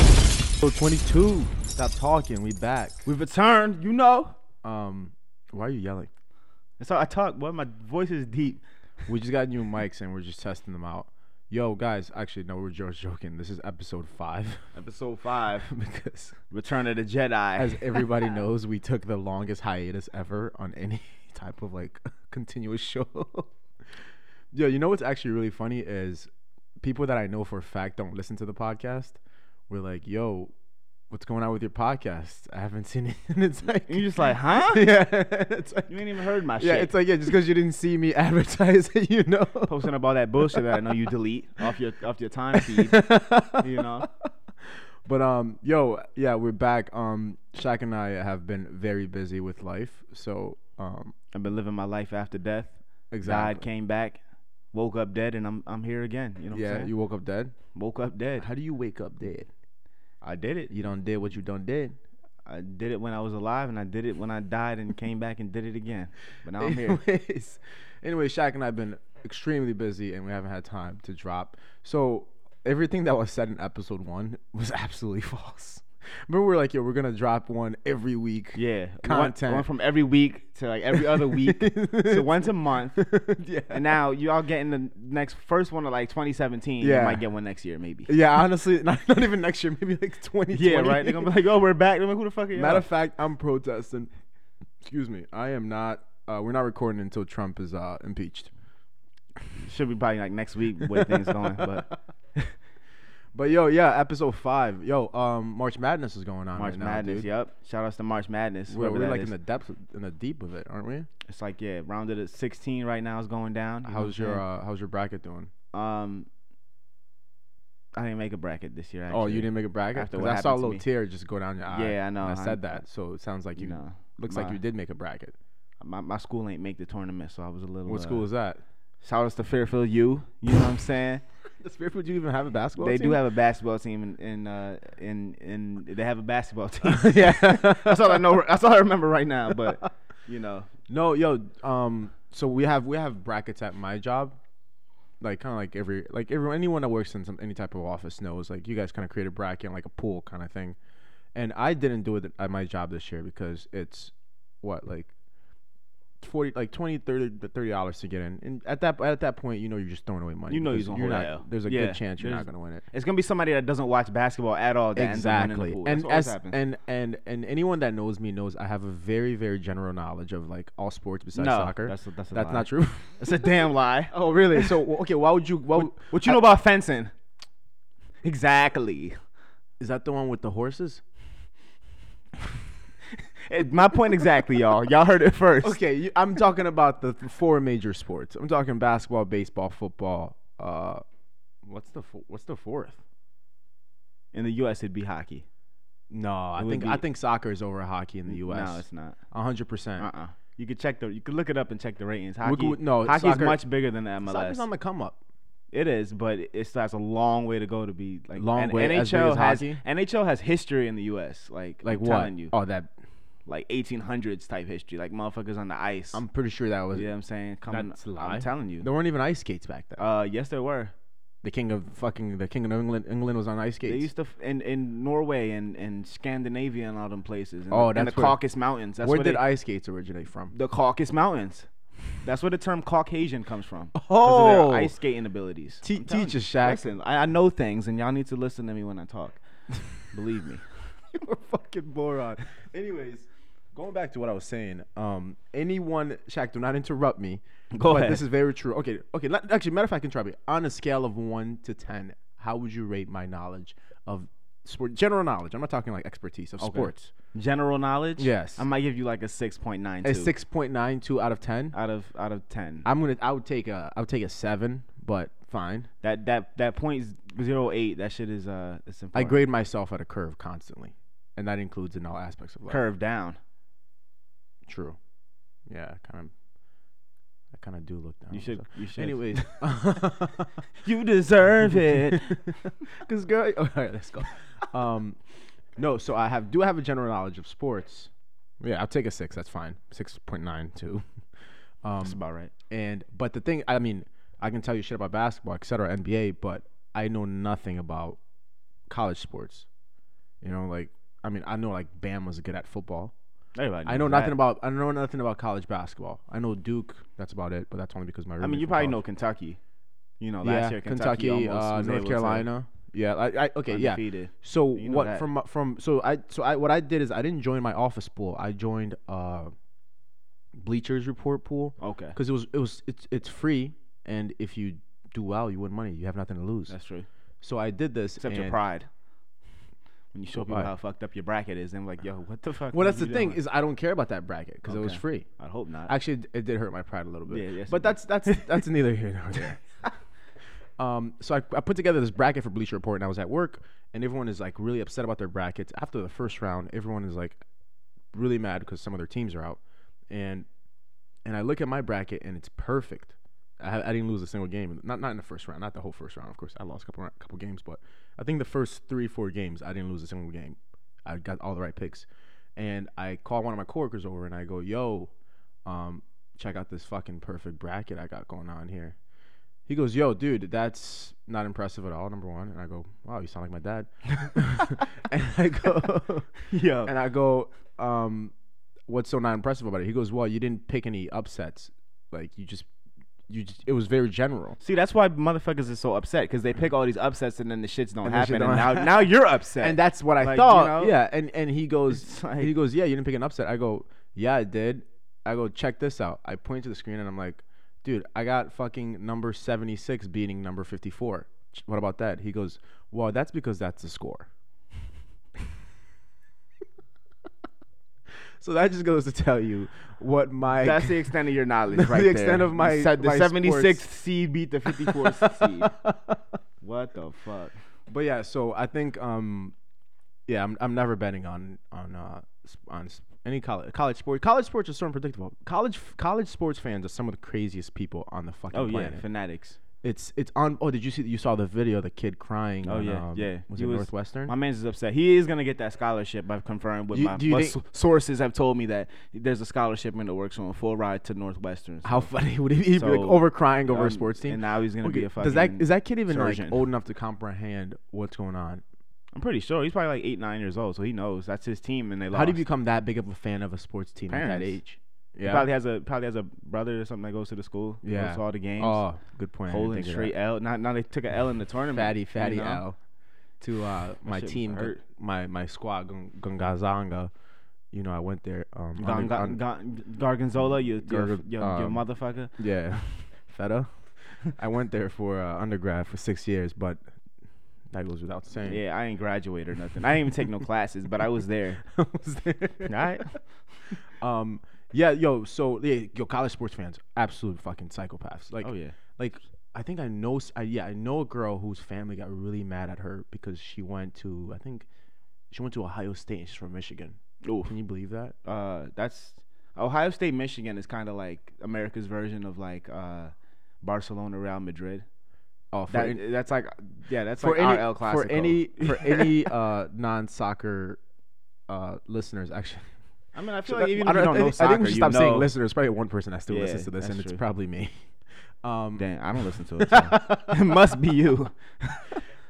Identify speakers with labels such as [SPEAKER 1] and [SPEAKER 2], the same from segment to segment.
[SPEAKER 1] episode 22. Stop talking. We back. We've returned. You know. Um, why are you yelling?
[SPEAKER 2] That's how I talk, boy. My voice is deep.
[SPEAKER 1] We just got new mics and we're just testing them out. Yo, guys. Actually, no, we're just joking. This is episode five
[SPEAKER 2] Episode five,
[SPEAKER 1] because,
[SPEAKER 2] Return of the Jedi.
[SPEAKER 1] as everybody knows, we took the longest hiatus ever on any type of like continuous show. Yo, you know what's actually really funny is people that I know for a fact don't listen to the podcast. We're like, yo. What's going on with your podcast? I haven't seen it. And it's like,
[SPEAKER 2] And you're just like, huh?
[SPEAKER 1] yeah, it's like,
[SPEAKER 2] You ain't even heard my
[SPEAKER 1] yeah,
[SPEAKER 2] shit.
[SPEAKER 1] it's like yeah, just because you didn't see me advertise it, you know.
[SPEAKER 2] posting up all that bullshit that I know you delete off your off your time feed. you know?
[SPEAKER 1] But um, yo, yeah, we're back. Um, Shaq and I have been very busy with life, so um,
[SPEAKER 2] I've been living my life after death. Died,
[SPEAKER 1] exactly.
[SPEAKER 2] came back, woke up dead, and I'm I'm here again. You know what I'm
[SPEAKER 1] Yeah,
[SPEAKER 2] saying?
[SPEAKER 1] you woke up dead.
[SPEAKER 2] woke up dead.
[SPEAKER 1] How do you wake up dead?
[SPEAKER 2] I did it.
[SPEAKER 1] You done did what you done did.
[SPEAKER 2] I did it when I was alive, and I did it when I died, and came back and did it again. But now I'm here.
[SPEAKER 1] Anyways, anyway, Shaq and I have been extremely busy and we haven't had time to drop. So everything that was said in episode one was absolutely false. Remember, we were like, yo, we're gonna drop one every week.
[SPEAKER 2] Yeah,
[SPEAKER 1] Content.
[SPEAKER 2] One, one from every week to like every other week to once a month.
[SPEAKER 1] yeah.
[SPEAKER 2] And now you all getting the next first one of like 2017.
[SPEAKER 1] Yeah.
[SPEAKER 2] You might get one next year maybe.
[SPEAKER 1] yeah, honestly, not, not even next year, maybe like 2020.
[SPEAKER 2] Yeah, right. They're gonna be like, "Oh, we're back." They're like, "Who the fuck are you?"
[SPEAKER 1] Matter of fact, I'm protesting. Excuse me. I am not. Uh, we're not recording until Trump is uh, impeached.
[SPEAKER 2] should be probably like next week where things going. But
[SPEAKER 1] But yo, yeah, episode five. Yo, um, March Madness is going on
[SPEAKER 2] March
[SPEAKER 1] right now,
[SPEAKER 2] Madness.
[SPEAKER 1] dude.
[SPEAKER 2] Yep. Shout outs to March Madness.
[SPEAKER 1] We're,
[SPEAKER 2] whoever
[SPEAKER 1] we're
[SPEAKER 2] that
[SPEAKER 1] like
[SPEAKER 2] is.
[SPEAKER 1] in the depths, of, in the deep of it, aren't we?
[SPEAKER 2] it's like yeah, rounded at 16 right now is going down. you know
[SPEAKER 1] How's
[SPEAKER 2] what I'm
[SPEAKER 1] your uh, How's your bracket doing?
[SPEAKER 2] saying? um. I didn't make a bracket this year. Actually.
[SPEAKER 1] oh, you didn't make a bracket.
[SPEAKER 2] after
[SPEAKER 1] 'Cause
[SPEAKER 2] what
[SPEAKER 1] I saw a
[SPEAKER 2] happened to
[SPEAKER 1] little
[SPEAKER 2] me.
[SPEAKER 1] tear just go down your eye.
[SPEAKER 2] Yeah, I know,
[SPEAKER 1] and I
[SPEAKER 2] huh?
[SPEAKER 1] said that, so it sounds like you.
[SPEAKER 2] You know,
[SPEAKER 1] looks like
[SPEAKER 2] my-
[SPEAKER 1] you did make a bracket.
[SPEAKER 2] my, my school ain't make the tournament, so I was a little.
[SPEAKER 1] What
[SPEAKER 2] uh,
[SPEAKER 1] school is that?
[SPEAKER 2] Shout outs to Fairfield U. You know what I'm saying?
[SPEAKER 1] Does Fairfield you even have a basketball?
[SPEAKER 2] they do
[SPEAKER 1] team?
[SPEAKER 2] have a basketball team in in, uh, in in they have a basketball team.
[SPEAKER 1] yeah,
[SPEAKER 2] that's all I know. That's all I remember right now. But you know,
[SPEAKER 1] No, yo, um, so we have we have brackets at my job, like kind of like every like everyone anyone that works in some any type of office knows like you guys kind of create a bracket and like a pool kind of thing, and I didn't do it at my job this year because it's what like forty like 20 30 to 30 dollars to get in, and at that at that point you know you're just throwing away money.
[SPEAKER 2] You know you're
[SPEAKER 1] because
[SPEAKER 2] gonna
[SPEAKER 1] you're
[SPEAKER 2] hold
[SPEAKER 1] not-
[SPEAKER 2] that L.
[SPEAKER 1] There's a
[SPEAKER 2] Yeah,
[SPEAKER 1] good chance you're not
[SPEAKER 2] there's-
[SPEAKER 1] gonna win it.
[SPEAKER 2] it's gonna be somebody that doesn't watch basketball at all. That
[SPEAKER 1] Exactly.
[SPEAKER 2] Ends up winning the
[SPEAKER 1] And
[SPEAKER 2] pool. That's
[SPEAKER 1] as
[SPEAKER 2] always happened.
[SPEAKER 1] and and and anyone that knows me knows I have a very very general knowledge of like all sports besides
[SPEAKER 2] No,
[SPEAKER 1] soccer.
[SPEAKER 2] that's a- that's a
[SPEAKER 1] that's
[SPEAKER 2] lie.
[SPEAKER 1] not true.
[SPEAKER 2] it's a damn lie.
[SPEAKER 1] Oh really? So w- okay, why would you? Why would,
[SPEAKER 2] What you know about fencing? Exactly.
[SPEAKER 1] is that the one with the horses?
[SPEAKER 2] It- my point exactly, y'all. Y'all heard it first.
[SPEAKER 1] Okay, you, I'm talking about the th- four major sports. I'm talking basketball, baseball, football. Uh, what's the fo- what's the fourth?
[SPEAKER 2] In the U.S., it'd be hockey.
[SPEAKER 1] No, I
[SPEAKER 2] It would
[SPEAKER 1] think I
[SPEAKER 2] be-
[SPEAKER 1] think soccer is over hockey in the
[SPEAKER 2] No,
[SPEAKER 1] U.S.
[SPEAKER 2] it's not.
[SPEAKER 1] hundred percent.
[SPEAKER 2] Uh-uh. You could check the. You could look it up and check the ratings. Hockey.
[SPEAKER 1] could- no,
[SPEAKER 2] hockey's
[SPEAKER 1] soccer-
[SPEAKER 2] much bigger than the MLS.
[SPEAKER 1] Soccer's on the come up.
[SPEAKER 2] It is, but it still has a long way to go to be like
[SPEAKER 1] Long
[SPEAKER 2] and
[SPEAKER 1] way, as big
[SPEAKER 2] NHL
[SPEAKER 1] as
[SPEAKER 2] has
[SPEAKER 1] hockey?
[SPEAKER 2] NHL has history in the U.S. Like
[SPEAKER 1] Like
[SPEAKER 2] I'm
[SPEAKER 1] what?
[SPEAKER 2] Telling you,
[SPEAKER 1] Oh, that
[SPEAKER 2] like 1800s type history, like motherfuckers on the ice.
[SPEAKER 1] I'm pretty sure that was.
[SPEAKER 2] you know what I'm saying? Coming,
[SPEAKER 1] That's a lie.
[SPEAKER 2] I'm telling you.
[SPEAKER 1] There weren't even ice skates back then.
[SPEAKER 2] Uh, yes, there were.
[SPEAKER 1] the king of fucking the king of England England was on ice
[SPEAKER 2] They
[SPEAKER 1] skates.
[SPEAKER 2] used to f- in in Norway and, and Scandinavia and all them places. And
[SPEAKER 1] Oh,
[SPEAKER 2] the, and
[SPEAKER 1] that's
[SPEAKER 2] the
[SPEAKER 1] where-
[SPEAKER 2] Caucasus Mountains. That's
[SPEAKER 1] Where
[SPEAKER 2] where
[SPEAKER 1] did
[SPEAKER 2] they-
[SPEAKER 1] ice skates originate from?
[SPEAKER 2] the Caucasus Mountains. That's where the term Caucasian comes from. 'cause of
[SPEAKER 1] Oh.
[SPEAKER 2] their ice skating abilities.
[SPEAKER 1] Te-
[SPEAKER 2] I'm telling
[SPEAKER 1] teach
[SPEAKER 2] you.
[SPEAKER 1] us, Shaq.
[SPEAKER 2] Listen, I, I know things, and y'all need to listen to me when I talk. Believe me.
[SPEAKER 1] You're a fucking moron. Anyways, going back to what I was saying, um, anyone, Shaq, do not interrupt me.
[SPEAKER 2] Go
[SPEAKER 1] but
[SPEAKER 2] ahead.
[SPEAKER 1] This is very true. Okay, okay. let- actually, matter of fact, interrupt me. On a scale of one to ten, how would you rate my knowledge of sport? General knowledge. I'm not talking like expertise of sports.
[SPEAKER 2] general knowledge.
[SPEAKER 1] Yes.
[SPEAKER 2] I might give you like a six point nine two
[SPEAKER 1] A six point nine two out of ten.
[SPEAKER 2] out of out of ten.
[SPEAKER 1] I'm gonna. I would take a. I would take a seven, but fine.
[SPEAKER 2] that that that point zero eight. That shit is uh, it's
[SPEAKER 1] I
[SPEAKER 2] important.
[SPEAKER 1] grade myself at a curve constantly, and that includes in all aspects of life.
[SPEAKER 2] Curve down.
[SPEAKER 1] True. Yeah, kind of. I kind of do look down.
[SPEAKER 2] You
[SPEAKER 1] on
[SPEAKER 2] should.
[SPEAKER 1] myself.
[SPEAKER 2] You should.
[SPEAKER 1] Anyways,
[SPEAKER 2] you deserve it.
[SPEAKER 1] because girl, all right, let's go. Um, no, so I have do have a general knowledge of sports. Yeah, I'll take a six. That's fine. Six point nine two. Um,
[SPEAKER 2] That's about right.
[SPEAKER 1] And but the thing, I mean, I can tell you shit about basketball, etc., NBA, but I know nothing about college sports. You know, like I mean, I know like Bam was good at football.
[SPEAKER 2] Everybody.
[SPEAKER 1] I know
[SPEAKER 2] knows
[SPEAKER 1] nothing
[SPEAKER 2] that.
[SPEAKER 1] about I know nothing about college basketball. I know Duke. That's about it. But that's only because my
[SPEAKER 2] I mean, you probably know Kentucky. You know, last
[SPEAKER 1] yeah,
[SPEAKER 2] year Kentucky,
[SPEAKER 1] Kentucky,
[SPEAKER 2] almost
[SPEAKER 1] uh,
[SPEAKER 2] was able
[SPEAKER 1] North
[SPEAKER 2] to
[SPEAKER 1] Carolina. Yeah, I, I, okay, yeah.
[SPEAKER 2] undefeated.
[SPEAKER 1] So
[SPEAKER 2] You know
[SPEAKER 1] what
[SPEAKER 2] that.
[SPEAKER 1] from uh, from so I so I what I did is I didn't join my office pool. I joined uh Bleachers Report pool
[SPEAKER 2] Okay,
[SPEAKER 1] because it was it was it's it's free and if you do well you win money. You have nothing to lose.
[SPEAKER 2] that's true.
[SPEAKER 1] so I did this.
[SPEAKER 2] Except your
[SPEAKER 1] and-
[SPEAKER 2] pride. When you show people
[SPEAKER 1] Why?
[SPEAKER 2] how fucked up your bracket is, and like, yo, what the fuck?
[SPEAKER 1] Well,
[SPEAKER 2] are
[SPEAKER 1] that's the
[SPEAKER 2] you
[SPEAKER 1] thing
[SPEAKER 2] doing?
[SPEAKER 1] is I don't care about that bracket because it was
[SPEAKER 2] Okay.
[SPEAKER 1] free.
[SPEAKER 2] I hope not.
[SPEAKER 1] Actually, it- it did hurt my pride a little bit.
[SPEAKER 2] Yeah, yes,
[SPEAKER 1] but
[SPEAKER 2] it
[SPEAKER 1] that's that's that's neither here nor there. um, so I, I put together this bracket for Bleacher Report, and I was at work, and everyone is like really upset about their brackets. After the first round, everyone is like really mad because some of their teams are out, and and I look at my bracket and it's perfect. I, ha- I didn't lose a single game, not not in the first round, not the whole first round. Of course, I lost a couple rou- couple games, but I think the first three four games I didn't lose a single game. I got all the right picks, and I call one of my coworkers over and I go, "Yo, um, check out this fucking perfect bracket I got going on here. He goes, yo, dude, that's not impressive at all. Number one, and I go, wow, you sound like my dad. and I go,
[SPEAKER 2] yo,
[SPEAKER 1] and I go, um, what's so not impressive about it? He goes, well, you didn't pick any upsets. Like you just, you just, it was very general.
[SPEAKER 2] see, that's why motherfuckers is so upset because they pick all these upsets and then the shits don't
[SPEAKER 1] And the shit
[SPEAKER 2] happen,
[SPEAKER 1] don't
[SPEAKER 2] and now
[SPEAKER 1] happen.
[SPEAKER 2] now you're upset.
[SPEAKER 1] And that's what I
[SPEAKER 2] Like, you
[SPEAKER 1] thought.
[SPEAKER 2] know?
[SPEAKER 1] yeah. And and he goes,
[SPEAKER 2] It's like-
[SPEAKER 1] he goes, yeah, you didn't pick an upset. I go, yeah, I did. I go, check this out. I point to the screen and I'm like, dude, I got fucking number seventy six beating number fifty four. What about that? He goes, well, that's because that's the score. so that just goes to tell you what my
[SPEAKER 2] that's the extent of your knowledge, right
[SPEAKER 1] the extent
[SPEAKER 2] there.
[SPEAKER 1] of my-
[SPEAKER 2] You said the
[SPEAKER 1] my
[SPEAKER 2] 76th
[SPEAKER 1] sports.
[SPEAKER 2] seed beat the 54th seed. What the fuck?
[SPEAKER 1] But yeah, so I think um, yeah, I'm I'm never betting on on uh s- on s- any college college sport. College sports are so unpredictable. College college sports fans are some of the craziest people on the fucking
[SPEAKER 2] Oh yeah,
[SPEAKER 1] planet.
[SPEAKER 2] fanatics.
[SPEAKER 1] It's it's on. Oh, did you see? You saw the video of the kid crying.
[SPEAKER 2] Oh
[SPEAKER 1] on,
[SPEAKER 2] yeah,
[SPEAKER 1] um,
[SPEAKER 2] yeah.
[SPEAKER 1] Was
[SPEAKER 2] He
[SPEAKER 1] it
[SPEAKER 2] was-
[SPEAKER 1] Northwestern?
[SPEAKER 2] My man's is upset. He is gonna get that scholarship. I've confirmed with
[SPEAKER 1] You-
[SPEAKER 2] my,
[SPEAKER 1] do you
[SPEAKER 2] my
[SPEAKER 1] think-
[SPEAKER 2] s- sources have told me that there's a scholarship in the works on a full ride to Northwestern.
[SPEAKER 1] How funny would he be like,
[SPEAKER 2] So,
[SPEAKER 1] over crying over
[SPEAKER 2] Um,
[SPEAKER 1] a sports team?
[SPEAKER 2] And now he's gonna
[SPEAKER 1] Okay,
[SPEAKER 2] be a fucking.
[SPEAKER 1] does that is that kid even
[SPEAKER 2] surgeon.
[SPEAKER 1] like old enough to comprehend what's going on?
[SPEAKER 2] I'm pretty sure he's probably like eight, nine years old, so he knows that's his team, and they lost.
[SPEAKER 1] How do you become that big of a fan of a sports team at that
[SPEAKER 2] Parents.
[SPEAKER 1] age?
[SPEAKER 2] He probably has a probably has a brother or something that goes to the school.
[SPEAKER 1] Yeah.
[SPEAKER 2] goes to all the games.
[SPEAKER 1] Oh, good point. I didn't
[SPEAKER 2] holding
[SPEAKER 1] think of that.
[SPEAKER 2] straight L. Now, now they took an L in the tournament.
[SPEAKER 1] fatty
[SPEAKER 2] Mm, you
[SPEAKER 1] fatty
[SPEAKER 2] know?
[SPEAKER 1] Al to uh, my
[SPEAKER 2] shit was
[SPEAKER 1] team, Gun-
[SPEAKER 2] hurt.
[SPEAKER 1] my my squad Gun- Gungazanga. You know, I went there. Um, on
[SPEAKER 2] Gon-
[SPEAKER 1] the-
[SPEAKER 2] Gon-
[SPEAKER 1] on-
[SPEAKER 2] Gon- Gargonzola, you, you,
[SPEAKER 1] Garg-
[SPEAKER 2] you,
[SPEAKER 1] um,
[SPEAKER 2] motherfucker.
[SPEAKER 1] yeah, feta. I went there for uh, undergrad for six years, but that goes without saying.
[SPEAKER 2] Yeah, I ain't graduated or nothing. I didn't even take no classes, but I was there.
[SPEAKER 1] I was there.
[SPEAKER 2] All right.
[SPEAKER 1] Um, yeah, yo, so yeah, yo, college sports fans, absolute fucking psychopaths. Like,
[SPEAKER 2] Oh yeah.
[SPEAKER 1] like I think I know s I yeah I know a girl whose family got really mad at her because she went to I think she went to Ohio State and she's from Michigan.
[SPEAKER 2] Oof.
[SPEAKER 1] Can you believe that?
[SPEAKER 2] uh, that's Ohio State, Michigan is kind of like America's version of like uh, Barcelona, Real Madrid.
[SPEAKER 1] Oh, for
[SPEAKER 2] That,
[SPEAKER 1] an-
[SPEAKER 2] that's like yeah, that's
[SPEAKER 1] for
[SPEAKER 2] like
[SPEAKER 1] any
[SPEAKER 2] our El Clasico.
[SPEAKER 1] for any for any uh, non soccer uh, listeners actually.
[SPEAKER 2] I mean, I feel
[SPEAKER 1] I
[SPEAKER 2] like
[SPEAKER 1] don't-
[SPEAKER 2] even
[SPEAKER 1] I
[SPEAKER 2] if you
[SPEAKER 1] don't-
[SPEAKER 2] don't know
[SPEAKER 1] I
[SPEAKER 2] soccer,
[SPEAKER 1] think we should
[SPEAKER 2] you
[SPEAKER 1] stop saying
[SPEAKER 2] know-
[SPEAKER 1] listeners. Probably one person that still
[SPEAKER 2] Yeah,
[SPEAKER 1] listens to this,
[SPEAKER 2] that's
[SPEAKER 1] and it's
[SPEAKER 2] true.
[SPEAKER 1] probably me. Um,
[SPEAKER 2] Damn, I don't listen to it. so. it must be you.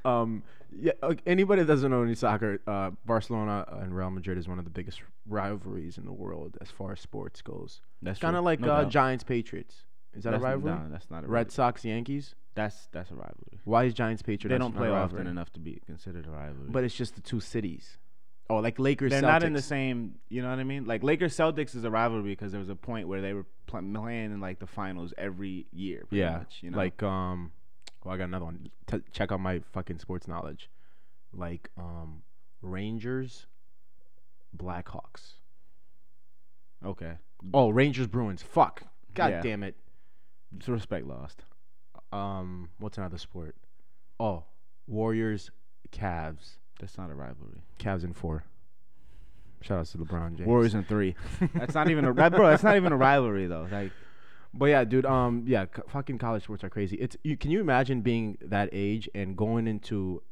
[SPEAKER 1] um, yeah, ok- anybody that doesn't know any soccer, uh, Barcelona and Real Madrid is one of the biggest rivalries in the world as far as sports goes.
[SPEAKER 2] That's
[SPEAKER 1] Kind of
[SPEAKER 2] true.
[SPEAKER 1] like
[SPEAKER 2] No
[SPEAKER 1] uh,
[SPEAKER 2] doubt.
[SPEAKER 1] Giants Patriots. Is that
[SPEAKER 2] that's,
[SPEAKER 1] a rivalry?
[SPEAKER 2] No, that's not a rivalry.
[SPEAKER 1] Red Sox Yankees.
[SPEAKER 2] That's that's a rivalry.
[SPEAKER 1] Why is Giants Patriots?
[SPEAKER 2] They don't play often
[SPEAKER 1] rivalry?
[SPEAKER 2] enough to be considered a rivalry.
[SPEAKER 1] But it's just the two cities. Oh, like Lakers.
[SPEAKER 2] they're not in the
[SPEAKER 1] Celtics.
[SPEAKER 2] same. You know what I mean? Like Lakers Celtics is a rivalry because there was a point where they were pl- playing in like the finals every year. pretty
[SPEAKER 1] Yeah,
[SPEAKER 2] much, you know?
[SPEAKER 1] like um, well, I got another one. T- check out my fucking sports knowledge. Like um, Rangers, Blackhawks.
[SPEAKER 2] okay,
[SPEAKER 1] Oh, Rangers Bruins. Fuck. God
[SPEAKER 2] Yeah.
[SPEAKER 1] damn it.
[SPEAKER 2] it's respect lost.
[SPEAKER 1] Um, what's another sport? Oh, Warriors, Cavs.
[SPEAKER 2] That's not a rivalry.
[SPEAKER 1] Cavs in four. Shout outs to LeBron James.
[SPEAKER 2] Warriors in three. That's not even a that, bro. That's not even a rivalry though. Like
[SPEAKER 1] But yeah, dude. Um, yeah, c- fucking college sports are crazy. It's you. Can you imagine being that age and going into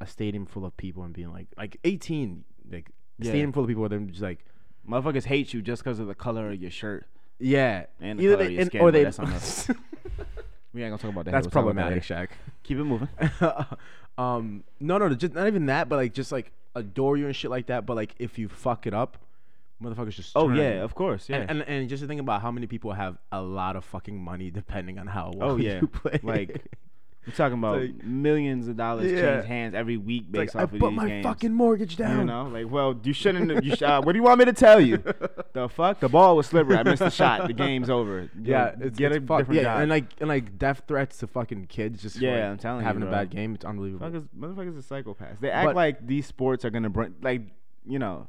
[SPEAKER 1] a stadium full of people and being like, like eighteen, like
[SPEAKER 2] Yeah.
[SPEAKER 1] stadium full of people, and just like,
[SPEAKER 2] motherfuckers hate you just because of the color of your shirt.
[SPEAKER 1] yeah,
[SPEAKER 2] And the color of your skin, but that's on us.
[SPEAKER 1] that's,
[SPEAKER 2] We ain't gonna talk about that.
[SPEAKER 1] that's
[SPEAKER 2] We'll talk about
[SPEAKER 1] problematic,
[SPEAKER 2] that
[SPEAKER 1] Shaq.
[SPEAKER 2] later. Keep it moving.
[SPEAKER 1] um, no, no, just not even that, but like just like adore you and shit like that, but like if you fuck it up, motherfuckers just
[SPEAKER 2] Oh
[SPEAKER 1] turn on
[SPEAKER 2] yeah,
[SPEAKER 1] you.
[SPEAKER 2] of course, yeah.
[SPEAKER 1] And, and and just to think about how many people have a lot of fucking money depending on how well
[SPEAKER 2] oh yeah,
[SPEAKER 1] you play.
[SPEAKER 2] like you're talking about
[SPEAKER 1] like-
[SPEAKER 2] millions of dollars
[SPEAKER 1] Yeah.
[SPEAKER 2] change hands every week
[SPEAKER 1] Like,
[SPEAKER 2] based
[SPEAKER 1] I
[SPEAKER 2] off of
[SPEAKER 1] put
[SPEAKER 2] these
[SPEAKER 1] my
[SPEAKER 2] games.
[SPEAKER 1] fucking mortgage down.
[SPEAKER 2] You know, like, well, you shouldn't. have- You sh- uh, what do you want me to tell you? The fuck? The ball was slippery. I missed the shot. The game's over.
[SPEAKER 1] Yeah,
[SPEAKER 2] Yo,
[SPEAKER 1] it's,
[SPEAKER 2] get
[SPEAKER 1] it's
[SPEAKER 2] a
[SPEAKER 1] fuck-
[SPEAKER 2] different
[SPEAKER 1] yeah,
[SPEAKER 2] job.
[SPEAKER 1] and like and like death threats to fucking kids just for,
[SPEAKER 2] Yeah,
[SPEAKER 1] like,
[SPEAKER 2] I'm telling you,
[SPEAKER 1] having a
[SPEAKER 2] bro.
[SPEAKER 1] bad game. It's unbelievable.
[SPEAKER 2] motherfuckers, motherfuckers are psychopaths. They act
[SPEAKER 1] But-
[SPEAKER 2] like these sports are gonna bring, like, you know,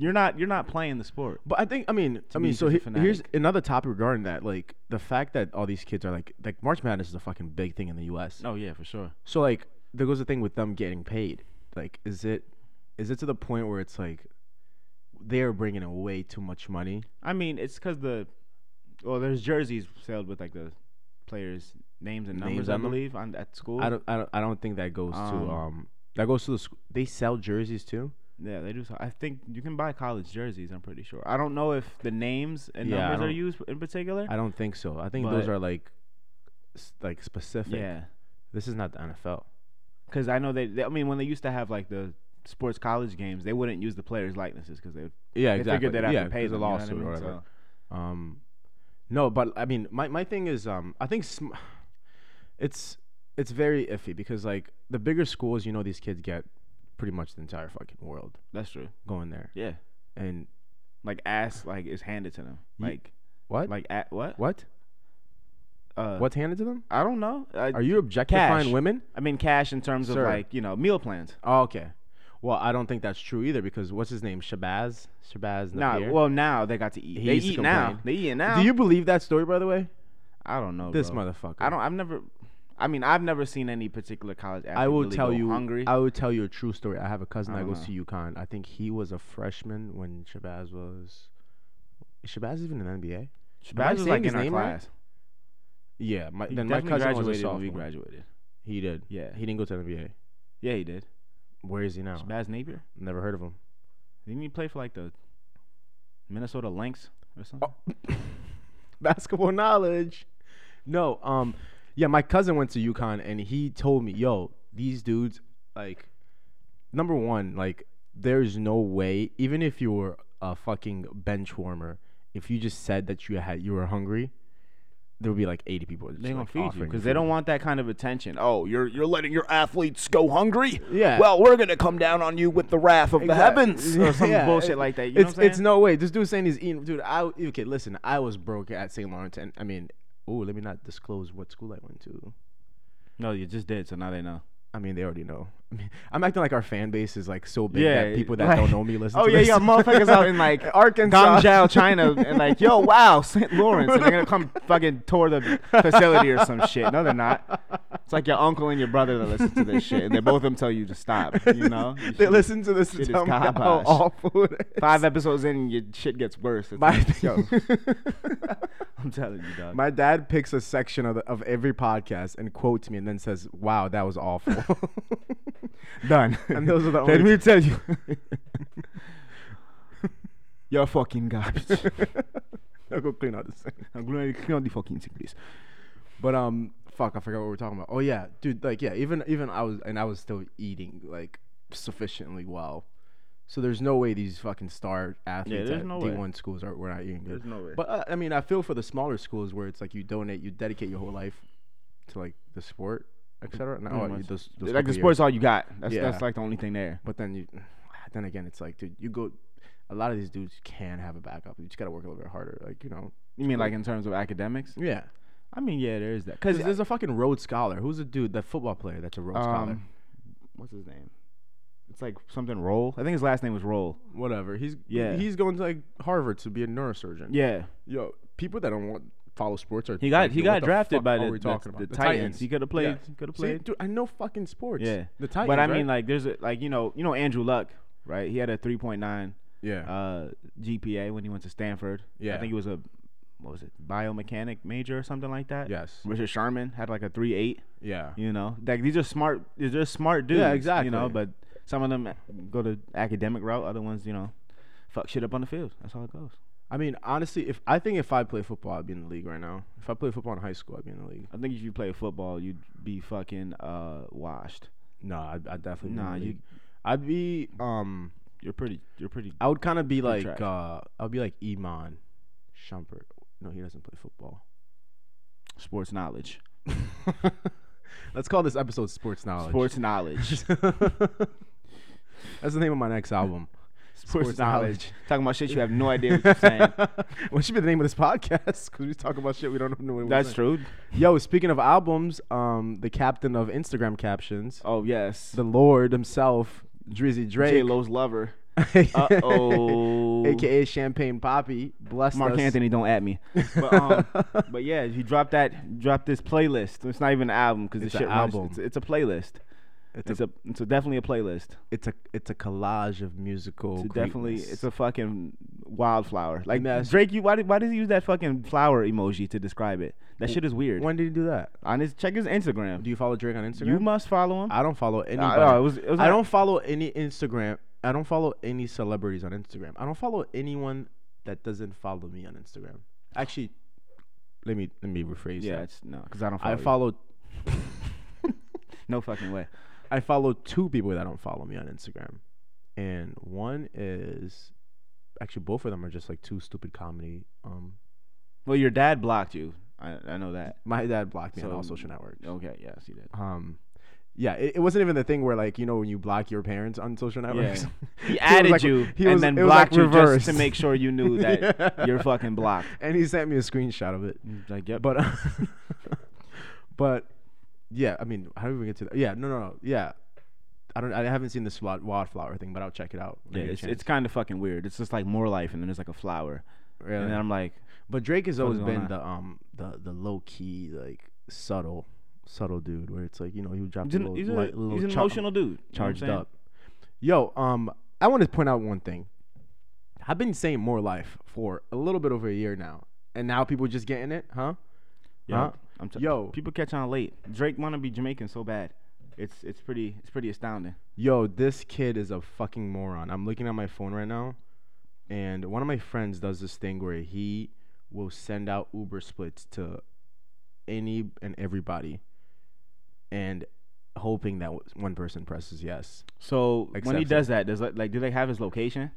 [SPEAKER 2] you're not, you're not playing the sport.
[SPEAKER 1] But I think I mean I
[SPEAKER 2] me,
[SPEAKER 1] mean
[SPEAKER 2] he's
[SPEAKER 1] so
[SPEAKER 2] a
[SPEAKER 1] he-
[SPEAKER 2] fanatic.
[SPEAKER 1] here's another topic regarding that like the fact that all these kids are like like March Madness is a fucking big thing in the U.S.
[SPEAKER 2] Oh yeah, for sure.
[SPEAKER 1] So like there goes the thing with them getting paid. Like is it is it to the point where it's like they are bringing in way too much money?
[SPEAKER 2] I mean, it's because the, well, there's jerseys sold with like the players' names and
[SPEAKER 1] Names
[SPEAKER 2] numbers, I
[SPEAKER 1] on them?
[SPEAKER 2] believe, on at school.
[SPEAKER 1] I don't I don't, I don't think that goes
[SPEAKER 2] Um,
[SPEAKER 1] to um that goes to the school. They sell jerseys too.
[SPEAKER 2] Yeah, they do. so- I think you can buy college jerseys. I'm pretty sure. I don't know if the names and
[SPEAKER 1] Yeah, I
[SPEAKER 2] numbers are
[SPEAKER 1] don't-
[SPEAKER 2] used in particular.
[SPEAKER 1] I don't think so. I think those
[SPEAKER 2] But-
[SPEAKER 1] are like s- like specific.
[SPEAKER 2] yeah,
[SPEAKER 1] This is not the NFL.
[SPEAKER 2] because I know they, they. I mean, when they used to have like the sports college games, they wouldn't use the players' likenesses because they, would
[SPEAKER 1] Yeah,
[SPEAKER 2] they
[SPEAKER 1] exactly.
[SPEAKER 2] figured they'd have
[SPEAKER 1] yeah,
[SPEAKER 2] to pay
[SPEAKER 1] there's a
[SPEAKER 2] the
[SPEAKER 1] lawsuit or whatever. Um, no, but I mean, my, my thing is, um, I think sm- it's it's very iffy because like the bigger schools, you know, these kids get pretty much the entire fucking world
[SPEAKER 2] That's true.
[SPEAKER 1] going there.
[SPEAKER 2] Yeah,
[SPEAKER 1] And
[SPEAKER 2] like ass, like is handed to them.
[SPEAKER 1] Ye-
[SPEAKER 2] Like,
[SPEAKER 1] what?
[SPEAKER 2] like at what?
[SPEAKER 1] what?
[SPEAKER 2] Uh,
[SPEAKER 1] What's handed to them?
[SPEAKER 2] I don't know. I,
[SPEAKER 1] Are you objectifying
[SPEAKER 2] Uh, cash.
[SPEAKER 1] women?
[SPEAKER 2] I mean, cash in terms
[SPEAKER 1] Sir.
[SPEAKER 2] of like you know meal plans.
[SPEAKER 1] Oh, okay. Well, I don't think that's true either because what's his name? Shabazz. Shabazz.
[SPEAKER 2] Nah,
[SPEAKER 1] Napier?
[SPEAKER 2] well now they got to eat.
[SPEAKER 1] He
[SPEAKER 2] they
[SPEAKER 1] used to
[SPEAKER 2] eat now.
[SPEAKER 1] complain.
[SPEAKER 2] They eating now.
[SPEAKER 1] Do you believe that story, by the way?
[SPEAKER 2] I don't know.
[SPEAKER 1] This
[SPEAKER 2] bro.
[SPEAKER 1] motherfucker.
[SPEAKER 2] I don't. I've never. I mean, I've never seen any particular college. Athlete
[SPEAKER 1] I will
[SPEAKER 2] really
[SPEAKER 1] tell
[SPEAKER 2] go
[SPEAKER 1] you.
[SPEAKER 2] Hungry.
[SPEAKER 1] I will tell you a true story. I have a cousin
[SPEAKER 2] I
[SPEAKER 1] that
[SPEAKER 2] don't
[SPEAKER 1] goes to UConn. I think he was a freshman when Shabazz was. Is Shabazz even in the NBA? I
[SPEAKER 2] Shabazz was
[SPEAKER 1] saying
[SPEAKER 2] like
[SPEAKER 1] his
[SPEAKER 2] in our
[SPEAKER 1] name right?
[SPEAKER 2] class.
[SPEAKER 1] Yeah, my,
[SPEAKER 2] He
[SPEAKER 1] then my
[SPEAKER 2] definitely
[SPEAKER 1] cousin was a
[SPEAKER 2] graduated when we
[SPEAKER 1] sophomore.
[SPEAKER 2] graduated.
[SPEAKER 1] He did.
[SPEAKER 2] Yeah,
[SPEAKER 1] He didn't go to the NBA.
[SPEAKER 2] yeah, he did.
[SPEAKER 1] Where is he now?
[SPEAKER 2] Shabazz Napier.
[SPEAKER 1] Never heard of him.
[SPEAKER 2] Didn't he play for like the Minnesota Lynx or something?
[SPEAKER 1] Basketball knowledge. No. Um. Yeah, my cousin went to UConn and he told me, "Yo, these dudes, like, number one, like, there's no way. Even if you were a fucking bench warmer, if you just said that you had you were hungry." There would be like 80 people. just,
[SPEAKER 2] They gonna
[SPEAKER 1] like,
[SPEAKER 2] feed you
[SPEAKER 1] offering
[SPEAKER 2] because they
[SPEAKER 1] food.
[SPEAKER 2] don't want that kind of attention. Oh, you're you're letting your athletes go hungry.
[SPEAKER 1] Yeah.
[SPEAKER 2] Well, we're gonna come down on you with the wrath of
[SPEAKER 1] Exact-
[SPEAKER 2] the heavens or some
[SPEAKER 1] Yeah,
[SPEAKER 2] bullshit
[SPEAKER 1] it-
[SPEAKER 2] like that. You know
[SPEAKER 1] it's
[SPEAKER 2] what I'm
[SPEAKER 1] it's no way. This dude saying he's eating, dude. I okay. Listen, I was broke at St. Lawrence, and I mean, oh, let me not disclose what school I went to.
[SPEAKER 2] no, you just did, so now they know.
[SPEAKER 1] I mean, they already know. I mean, I'm acting like our fan base is like so big
[SPEAKER 2] Yeah,
[SPEAKER 1] that people that
[SPEAKER 2] like-
[SPEAKER 1] don't know me listen.
[SPEAKER 2] Oh
[SPEAKER 1] to
[SPEAKER 2] yeah,
[SPEAKER 1] this.
[SPEAKER 2] yeah, motherfuckers out in like
[SPEAKER 1] Arkansas,
[SPEAKER 2] Guangzhou, China, and like, yo, wow, St. Lawrence, and they're gonna come fucking tour the facility or some shit. No, they're not. It's like your uncle and your brother that listen to this shit, and they both of them tell you to stop. You know, You
[SPEAKER 1] they
[SPEAKER 2] should-
[SPEAKER 1] listen to this to
[SPEAKER 2] shit is
[SPEAKER 1] tell me how
[SPEAKER 2] kibosh.
[SPEAKER 1] awful it is.
[SPEAKER 2] Five episodes in, and your shit gets worse. It's
[SPEAKER 1] My,
[SPEAKER 2] like, yo, I'm telling you, dog.
[SPEAKER 1] my dad picks a section of the, of every podcast and quotes me, and then says, "Wow, that was awful."
[SPEAKER 2] Done.
[SPEAKER 1] And those are the
[SPEAKER 2] Let
[SPEAKER 1] only-
[SPEAKER 2] me tell you, you're fucking garbage.
[SPEAKER 1] I'll go clean out the sink.
[SPEAKER 2] I'm gonna clean out the fucking thing, please.
[SPEAKER 1] But um, fuck, I forgot what we were talking about. Oh yeah, dude, like yeah, even even I was and I was still eating like sufficiently well, so there's no way these fucking star athletes
[SPEAKER 2] there's
[SPEAKER 1] at
[SPEAKER 2] no way.
[SPEAKER 1] D1 schools are we're not eating good.
[SPEAKER 2] no way.
[SPEAKER 1] But uh, I mean, I feel for the smaller schools where it's like you donate, you dedicate your whole life to like the sport, etc. No,
[SPEAKER 2] Pretty
[SPEAKER 1] oh, you-
[SPEAKER 2] much.
[SPEAKER 1] those, those
[SPEAKER 2] like
[SPEAKER 1] couple
[SPEAKER 2] the
[SPEAKER 1] years.
[SPEAKER 2] sport's all you got. That's
[SPEAKER 1] Yeah.
[SPEAKER 2] that's like the only thing there.
[SPEAKER 1] But then you, then again, it's like, dude, you go. A lot of these dudes can have a backup. You just gotta work a little bit harder. Like you know,
[SPEAKER 2] You mean like in terms of academics?
[SPEAKER 1] yeah.
[SPEAKER 2] I mean, yeah, there is that.
[SPEAKER 1] Because
[SPEAKER 2] Cause
[SPEAKER 1] there's a fucking Rhodes Scholar. Who's a dude, that football player, that's a Rhodes Scholar.
[SPEAKER 2] um, what's his name? It's like something Roll. I think his last name was Roll.
[SPEAKER 1] whatever. He's
[SPEAKER 2] Yeah.
[SPEAKER 1] He's going to like Harvard to be a neurosurgeon.
[SPEAKER 2] Yeah,
[SPEAKER 1] Yo, people that don't want follow sports are
[SPEAKER 2] he got
[SPEAKER 1] like,
[SPEAKER 2] he
[SPEAKER 1] yo,
[SPEAKER 2] got
[SPEAKER 1] what the
[SPEAKER 2] drafted
[SPEAKER 1] fuck
[SPEAKER 2] by
[SPEAKER 1] are
[SPEAKER 2] the,
[SPEAKER 1] we
[SPEAKER 2] the,
[SPEAKER 1] talking
[SPEAKER 2] the
[SPEAKER 1] about?
[SPEAKER 2] Titans. He could have played.
[SPEAKER 1] Yeah.
[SPEAKER 2] Could have
[SPEAKER 1] See,
[SPEAKER 2] played.
[SPEAKER 1] dude, I know fucking sports.
[SPEAKER 2] yeah,
[SPEAKER 1] the Titans.
[SPEAKER 2] But I
[SPEAKER 1] right?
[SPEAKER 2] mean, like, there's a, like you know you know Andrew Luck, right? He had a 3.9
[SPEAKER 1] yeah,
[SPEAKER 2] uh, GPA when he went to Stanford.
[SPEAKER 1] Yeah.
[SPEAKER 2] I think he was a what was it biomechanic major or something like that.
[SPEAKER 1] yes,
[SPEAKER 2] Richard Sherman had like a 3.8.
[SPEAKER 1] yeah,
[SPEAKER 2] You know, like these are smart. These are smart dudes. You know,
[SPEAKER 1] exactly.
[SPEAKER 2] but some of them go the academic route. Other ones, you know, fuck shit up on the field. That's how it goes.
[SPEAKER 1] I mean, honestly, if I think if I play football, I'd be in the league right now. If I play football in high school, I'd be in the league.
[SPEAKER 2] I think if you play football, you'd be fucking uh, washed.
[SPEAKER 1] No, I'd, I'd definitely. be in
[SPEAKER 2] Nah,
[SPEAKER 1] the
[SPEAKER 2] you-
[SPEAKER 1] league. I'd be um
[SPEAKER 2] You're pretty. You're pretty.
[SPEAKER 1] I would kind of be like
[SPEAKER 2] trash.
[SPEAKER 1] uh I'd be like Iman Shumpert. No, he doesn't play football.
[SPEAKER 2] Sports knowledge.
[SPEAKER 1] Let's call this episode sports knowledge.
[SPEAKER 2] Sports knowledge.
[SPEAKER 1] That's the name of my next album.
[SPEAKER 2] Sports knowledge. Talking about shit you have no idea what you're saying.
[SPEAKER 1] what should be the name of this podcast? Because we talk about shit we don't know what we're
[SPEAKER 2] That's
[SPEAKER 1] saying.
[SPEAKER 2] true.
[SPEAKER 1] Yo, speaking of albums, um, the captain of Instagram captions,
[SPEAKER 2] Oh yes.
[SPEAKER 1] the Lord himself, Drizzy
[SPEAKER 2] J
[SPEAKER 1] Drake,
[SPEAKER 2] Lo's lover. Uh oh.
[SPEAKER 1] aka Champagne Poppy, blessed
[SPEAKER 2] Mark
[SPEAKER 1] us.
[SPEAKER 2] Anthony, don't at me. But, um, but yeah, he dropped that. Dropped this playlist. It's not even an album because
[SPEAKER 1] It's
[SPEAKER 2] this
[SPEAKER 1] a
[SPEAKER 2] shit runs-
[SPEAKER 1] album.
[SPEAKER 2] It's, it's a playlist.
[SPEAKER 1] It's,
[SPEAKER 2] It's
[SPEAKER 1] a,
[SPEAKER 2] a. It's a, definitely a playlist.
[SPEAKER 1] it's a it's a collage of musical.
[SPEAKER 2] It's definitely.
[SPEAKER 1] Oh, greatness.
[SPEAKER 2] It's a fucking wildflower. Like
[SPEAKER 1] Yes.
[SPEAKER 2] Drake, you why did why does he use that fucking flower emoji to describe it? That shit is weird.
[SPEAKER 1] When did he do that?
[SPEAKER 2] On his check his Instagram.
[SPEAKER 1] Do you follow Drake on Instagram?
[SPEAKER 2] You must follow him.
[SPEAKER 1] I don't follow anybody.
[SPEAKER 2] I, uh, it was, it was
[SPEAKER 1] I
[SPEAKER 2] not-
[SPEAKER 1] don't follow any Instagram. I don't follow any celebrities on Instagram. I don't follow anyone that doesn't follow me on Instagram. Actually, let me let me rephrase
[SPEAKER 2] Yeah,
[SPEAKER 1] that.
[SPEAKER 2] it's no, because I don't follow.
[SPEAKER 1] I
[SPEAKER 2] you.
[SPEAKER 1] follow
[SPEAKER 2] No fucking way.
[SPEAKER 1] I follow two people that don't follow me on Instagram. And one is actually both of them are just like two stupid comedy. Um
[SPEAKER 2] Well, your dad blocked you. I, I know that.
[SPEAKER 1] my dad blocked me on all
[SPEAKER 2] So-
[SPEAKER 1] social networks.
[SPEAKER 2] Okay, yes, he did.
[SPEAKER 1] Um yeah, it, it wasn't even the thing where like, you know, when you block your parents on social networks.
[SPEAKER 2] He
[SPEAKER 1] was
[SPEAKER 2] added
[SPEAKER 1] like-
[SPEAKER 2] you
[SPEAKER 1] he
[SPEAKER 2] and
[SPEAKER 1] was-
[SPEAKER 2] then
[SPEAKER 1] it was like
[SPEAKER 2] blocked you just to
[SPEAKER 1] reversed.
[SPEAKER 2] make sure you knew that
[SPEAKER 1] Yeah.
[SPEAKER 2] you're fucking blocked.
[SPEAKER 1] and he sent me a screenshot of it.
[SPEAKER 2] Like, yep.
[SPEAKER 1] But but yeah, I mean, how do we get to that? Yeah, no, no, no. Yeah. I don't I haven't seen this wild- wildflower thing, but I'll check it out. when I
[SPEAKER 2] yeah,
[SPEAKER 1] get a
[SPEAKER 2] it's,
[SPEAKER 1] chance.
[SPEAKER 2] it's kind of fucking weird. It's just like more life, and then there's like a flower,
[SPEAKER 1] really.
[SPEAKER 2] and then I'm like,
[SPEAKER 1] But Drake has always
[SPEAKER 2] going
[SPEAKER 1] been
[SPEAKER 2] on?
[SPEAKER 1] the um the the low key like subtle subtle dude where it's like you know he would drop
[SPEAKER 2] he's
[SPEAKER 1] a
[SPEAKER 2] an,
[SPEAKER 1] little,
[SPEAKER 2] he's a-
[SPEAKER 1] light- little
[SPEAKER 2] he's an
[SPEAKER 1] char-
[SPEAKER 2] emotional dude, you know what I'm
[SPEAKER 1] charged
[SPEAKER 2] saying?
[SPEAKER 1] up. Yo, um, I want to point out one thing. I've been saying more life for a little bit over a year now, and now people just getting it, huh?
[SPEAKER 2] Yeah,
[SPEAKER 1] Huh?
[SPEAKER 2] I'm t-
[SPEAKER 1] Yo.
[SPEAKER 2] people catch on late. Drake want to be Jamaican so bad. It's it's pretty it's pretty astounding.
[SPEAKER 1] Yo, this kid is a fucking moron. I'm looking at my phone right now, and one of my friends does this thing where he will send out Uber splits to any and everybody, and hoping that one person presses yes.
[SPEAKER 2] So when he
[SPEAKER 1] Accepts it.
[SPEAKER 2] does that, does like, like do they have his location?